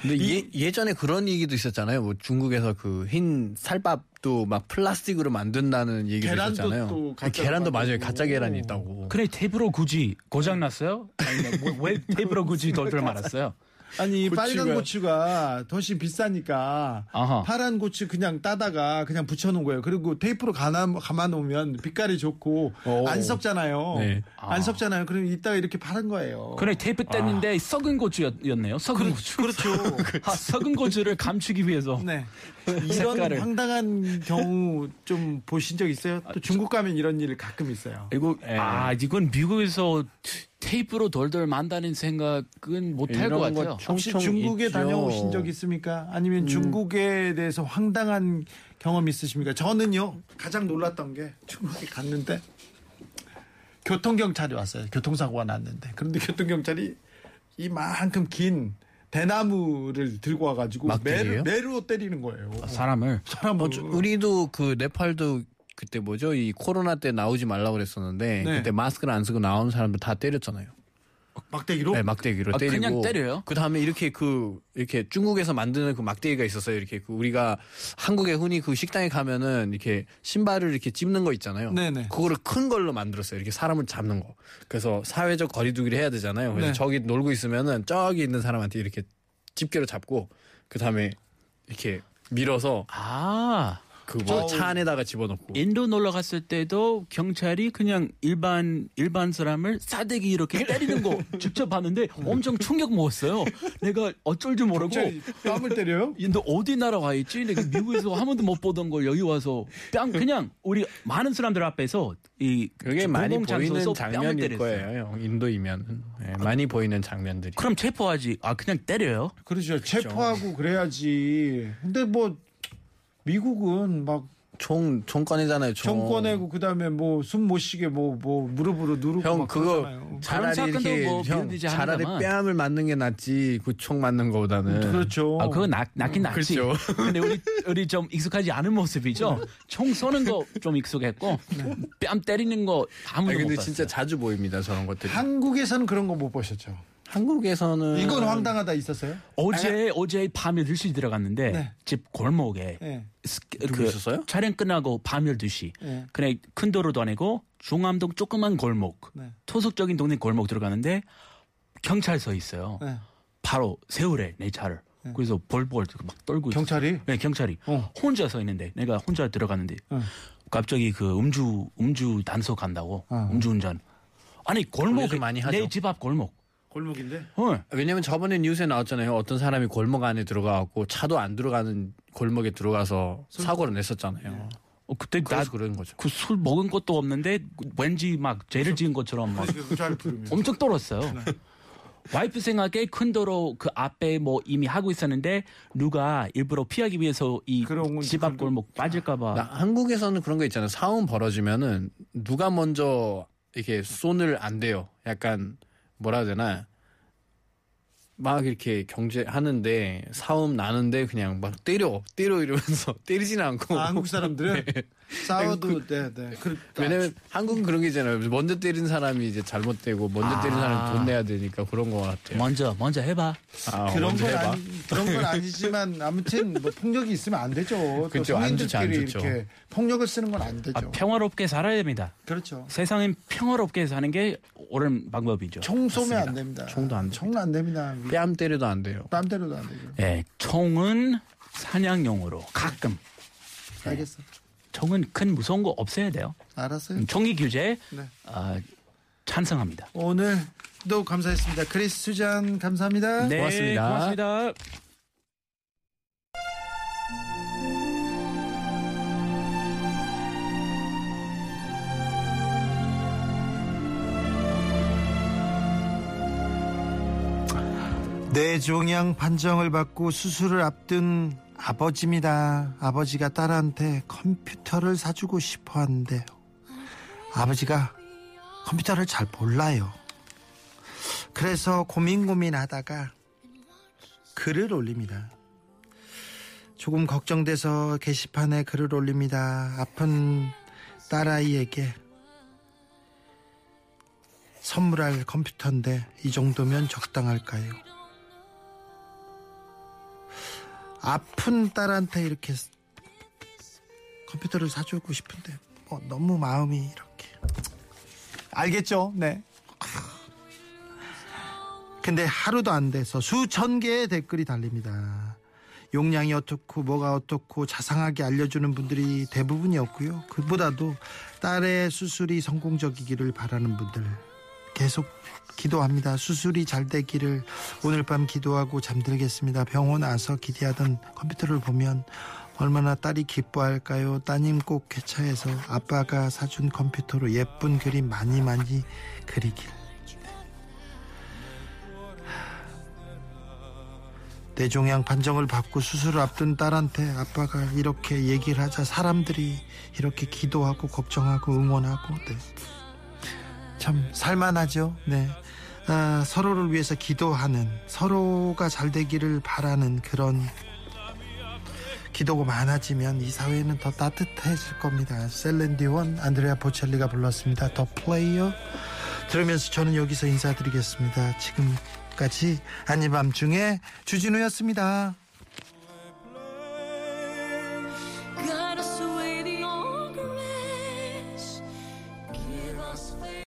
[SPEAKER 9] 근데 예, 전에 그런 얘기도 있었잖아요. 뭐 중국에서 그 흰 살밥도 막 플라스틱으로 만든다는 얘기도
[SPEAKER 4] 계란도
[SPEAKER 9] 있었잖아요.
[SPEAKER 4] 또 가짜로
[SPEAKER 9] 계란도 맞아요.
[SPEAKER 4] 만들고.
[SPEAKER 9] 가짜 계란이 있다고.
[SPEAKER 7] 그래, 테이프로 굳이 고장났어요? 아니, 뭐, 왜 테이프로 굳이 돌돌 말았어요?
[SPEAKER 4] 아니,
[SPEAKER 9] 고추가-
[SPEAKER 4] 빨간 고추가 훨씬 비싸니까
[SPEAKER 7] 아하.
[SPEAKER 4] 파란 고추 그냥 따다가 그냥 붙여놓은 거예요. 그리고 테이프로 감아, 감아놓으면 빛깔이 좋고
[SPEAKER 7] 어.
[SPEAKER 9] 오.
[SPEAKER 4] 안 썩잖아요.
[SPEAKER 9] 네.
[SPEAKER 4] 안 썩잖아요. 그럼 이따가 이렇게 파는 거예요.
[SPEAKER 7] 그래, 테이프 뗐는데 썩은 고추였네요. 썩은 고추. 아. 그렇죠. 아, 썩은 고추를 감추기 위해서.
[SPEAKER 4] 네.
[SPEAKER 7] 이
[SPEAKER 4] 이런
[SPEAKER 7] 색깔을.
[SPEAKER 4] 황당한 경우 좀 보신 적 있어요? 또 중국 가면 이런 일 가끔 있어요.
[SPEAKER 7] 이거
[SPEAKER 9] 예.
[SPEAKER 7] 아 이건 미국에서 테이프로 돌돌 만다는 생각은 못 할 것
[SPEAKER 9] 이런 거
[SPEAKER 7] 같아요.
[SPEAKER 9] 참-
[SPEAKER 4] 혹시
[SPEAKER 9] 총총
[SPEAKER 4] 중국에
[SPEAKER 9] 있죠.
[SPEAKER 4] 다녀오신 적 있습니까? 아니면 중국에 대해서 황당한 경험 있으십니까? 저는요 가장 놀랐던 게 중국에 갔는데 교통 경찰이 왔어요. 교통사고가 났는데 그런데 교통 경찰이 이만큼 긴 대나무를 들고 와가지고
[SPEAKER 9] 막
[SPEAKER 4] 매로,
[SPEAKER 9] 때려요? 아,
[SPEAKER 4] 매로 때리는 거예요.
[SPEAKER 7] 사람을
[SPEAKER 4] 사람
[SPEAKER 9] 어, 저- 우리도 그 네팔도 그때 뭐죠? 이 코로나 때 나오지 말라고 그랬었는데
[SPEAKER 4] 네.
[SPEAKER 9] 그때 마스크를 안 쓰고 나온 사람들 다 때렸잖아요.
[SPEAKER 4] 막대기로
[SPEAKER 9] 네, 막대기로
[SPEAKER 7] 아,
[SPEAKER 9] 때리고
[SPEAKER 7] 그냥 때려요?
[SPEAKER 9] 그다음에 이렇게 그 이렇게 중국에서 만드는 그 막대기가 있었어요. 이렇게 그 우리가 한국에 흔히 그 식당에 가면은 이렇게 신발을 이렇게 찝는 거 있잖아요.
[SPEAKER 4] 네네.
[SPEAKER 9] 그거를 큰 걸로 만들었어요. 이렇게 사람을 잡는 거. 그래서 사회적 거리두기를 해야 되잖아요. 그래서
[SPEAKER 4] 네.
[SPEAKER 9] 저기 놀고 있으면은 저기 있는 사람한테 이렇게 집게로 잡고 그다음에 이렇게 밀어서
[SPEAKER 7] 아
[SPEAKER 9] 그뭐 차 안에다가 집어넣고
[SPEAKER 7] 인도 놀러 갔을 때도 경찰이 그냥 일반 일반 사람을 싸대기 이렇게 때리는 거 직접 봤는데 엄청 충격 먹었어요. 내가 어쩔 줄 모르고
[SPEAKER 4] 갑자기 뺨을 때려요?
[SPEAKER 7] 너 어디 나라 와 있지? 내가 미국에서 한 번도 못 보던 걸 여기 와서 뺨 그냥 우리 많은 사람들 앞에서 이
[SPEAKER 9] 그게 많이
[SPEAKER 7] 공공장소에서 뺨을
[SPEAKER 9] 보이는 장면일
[SPEAKER 7] 때렸어요.
[SPEAKER 9] 거예요. 인도이면 네, 많이 보이는 장면들이.
[SPEAKER 7] 그럼 체포하지. 아 그냥 때려요.
[SPEAKER 4] 그렇죠. 체포하고 그래야지. 근데 뭐 미국은 막
[SPEAKER 9] 총 총권이잖아요. 총.
[SPEAKER 4] 정 꺼내고 그다음에 뭐 숨 못 쉬게 뭐 뭐 무릎으로 누르고
[SPEAKER 9] 형
[SPEAKER 4] 막
[SPEAKER 9] 그거
[SPEAKER 4] 그러잖아요.
[SPEAKER 9] 차라리
[SPEAKER 7] 사건도
[SPEAKER 9] 이렇게
[SPEAKER 7] 뭐
[SPEAKER 9] 형
[SPEAKER 7] 비웃기지
[SPEAKER 9] 차라리
[SPEAKER 7] 합니다만.
[SPEAKER 9] 뺨을 맞는 게 낫지 그 총 맞는 거보다는
[SPEAKER 4] 그렇죠.
[SPEAKER 7] 아, 그건 낫, 낫긴 낫지.
[SPEAKER 9] 그렇죠.
[SPEAKER 7] 근데 우리, 우리 좀 익숙하지 않은 모습이죠. 총 쏘는 거 좀 익숙했고, 뺨 때리는 거 아무도
[SPEAKER 9] 아니,
[SPEAKER 7] 못
[SPEAKER 9] 근데
[SPEAKER 7] 봤어요.
[SPEAKER 9] 진짜 자주 보입니다 저런 것들이.
[SPEAKER 4] 한국에서는 그런 거 못 보셨죠?
[SPEAKER 9] 한국에서는
[SPEAKER 11] 이건 황당하다 있었어요?
[SPEAKER 7] 어제 어제 밤 12시 들어갔는데
[SPEAKER 11] 네.
[SPEAKER 7] 집 골목에
[SPEAKER 11] 네.
[SPEAKER 7] 스-
[SPEAKER 9] 누구 있었어요?
[SPEAKER 7] 그 촬영 끝나고 밤 12시
[SPEAKER 11] 네.
[SPEAKER 7] 그냥 큰 도로도 아니고 중암동 조그만 골목
[SPEAKER 11] 네.
[SPEAKER 7] 토속적인 동네 골목 들어가는데 경찰서 있어요.
[SPEAKER 11] 네.
[SPEAKER 7] 바로 세우래 내 차를. 그래서 벌벌 막
[SPEAKER 9] 그렇죠.
[SPEAKER 7] 떨고 있어요.
[SPEAKER 11] 경찰이
[SPEAKER 7] 네, 경찰이
[SPEAKER 11] 어. 네.
[SPEAKER 7] 혼자 서 있는데 내가 혼자 들어갔는데 갑자기 그 음주 음주 단속한다고
[SPEAKER 11] 어.
[SPEAKER 7] 음주운전 아니 골목
[SPEAKER 9] 요즘 많이 하죠.
[SPEAKER 7] 내집 앞 골목
[SPEAKER 11] 골목인데
[SPEAKER 7] 어.
[SPEAKER 9] 왜냐면 저번에 뉴스에 나왔잖아요. 어떤 사람이 골목 안에 들어가고 차도 안 들어가는 골목에 들어가서 사고를 냈었잖아요.
[SPEAKER 7] 어, 그때 나
[SPEAKER 9] 그래서 그런 거죠.
[SPEAKER 7] 그 술 먹은 것도 없는데 왠지 막 죄를 지은 것처럼 막
[SPEAKER 11] 경찰 부르면
[SPEAKER 7] 엄청 떨었어요.
[SPEAKER 11] 네.
[SPEAKER 7] 와이프 생각에 큰 도로 그 앞에 뭐 이미 하고 있었는데 누가 일부러 피하기 위해서 이
[SPEAKER 11] 그런 건
[SPEAKER 7] 집 앞 골목 빠질까봐
[SPEAKER 11] 아.
[SPEAKER 9] 나- 한국에서는 그런 거 있잖아요. 싸움 벌어지면은 누가 먼저 이렇게 손을 안 대요. 약간 뭐라 해야 되나 막 이렇게 경제하는데 싸움 나는데 그냥 막 때려 때려 이러면서 때리지는 않고
[SPEAKER 11] 아, 한국 사람들은 싸워도 네, 네. 그렇다.
[SPEAKER 9] 네. 그 왜냐면 한국은 그런 게 있잖아요. 먼저 때린 사람이 이제 잘못되고 먼저 때린
[SPEAKER 7] 아.
[SPEAKER 9] 사람이 돈 내야 되니까 그런 거 같아요.
[SPEAKER 7] 먼저 먼저 해봐.
[SPEAKER 9] 아,
[SPEAKER 11] 그런
[SPEAKER 9] 먼저
[SPEAKER 11] 건
[SPEAKER 9] 해봐.
[SPEAKER 11] 아니, 그런 건 아니지만 아무튼 뭐 폭력이 있으면 안 되죠. 또
[SPEAKER 9] 그렇죠. 안 좋죠, 안
[SPEAKER 11] 성인들끼리
[SPEAKER 9] 좋죠.
[SPEAKER 11] 이렇게 폭력을 쓰는 건 안 되죠.
[SPEAKER 7] 아, 평화롭게 살아야 됩니다.
[SPEAKER 11] 그렇죠.
[SPEAKER 7] 세상엔 평화롭게 사는 게 옳은 방법이죠.
[SPEAKER 11] 총 쏘면 안 됩니다.
[SPEAKER 9] 총도 안
[SPEAKER 11] 총은 안 됩니다. 위-
[SPEAKER 9] 뺨 때려도 안 돼요.
[SPEAKER 11] 뺨대로도 안 되죠.
[SPEAKER 7] 예, 총은 사냥용으로 가끔
[SPEAKER 11] 알겠어.
[SPEAKER 7] 총은 큰 무서운 거 없애야 돼요.
[SPEAKER 9] 음.
[SPEAKER 11] 알았어요.
[SPEAKER 7] 총기 규제
[SPEAKER 11] 네.
[SPEAKER 7] 아, 찬성합니다.
[SPEAKER 11] 오늘도 감사했습니다. 크리스 수잔 감사합니다.
[SPEAKER 7] 네,
[SPEAKER 9] 고맙습니다.
[SPEAKER 7] 고맙습니다.
[SPEAKER 11] 뇌종양 판정을 받고 수술을 앞둔 아버지입니다. 아버지가 딸한테 컴퓨터를 사주고 싶어 하는데 아버지가 컴퓨터를 잘 몰라요. 그래서 고민 고민하다가 글을 올립니다. 조금 걱정돼서 게시판에 글을 올립니다. 아픈 딸아이에게 선물할 컴퓨터인데 이 정도면 적당할까요? 아픈 딸한테 이렇게 컴퓨터를 사주고 싶은데 뭐 너무 마음이 이렇게 알겠죠? 네. 근데 하루도 안 돼서 수천 개의 댓글이 달립니다. 용량이 어떻고 뭐가 어떻고 자상하게 알려주는 분들이 대부분이었고요. 그보다도 딸의 수술이 성공적이기를 바라는 분들 계속 기도합니다. 수술이 잘 되기를 오늘 밤 기도하고 잠들겠습니다. 병원 와서 기대하던 컴퓨터를 보면 얼마나 딸이 기뻐할까요? 따님 꼭 쾌차해서 아빠가 사준 컴퓨터로 예쁜 그림 많이 많이 그리길. 뇌종양 판정을 받고 수술을 앞둔 딸한테 아빠가 이렇게 얘기를 하자 사람들이 이렇게 기도하고 걱정하고 응원하고 네. 참 살만하죠. 네. 아, 서로를 위해서 기도하는 서로가 잘 되기를 바라는 그런 기도가 많아지면 이 사회는 더 따뜻해질 겁니다. 셀렌디원 안드레아 보첼리가 불렀습니다. 더 플레이어 들으면서 저는 여기서 인사드리겠습니다. 지금까지 아니 밤중에 주진우였습니다.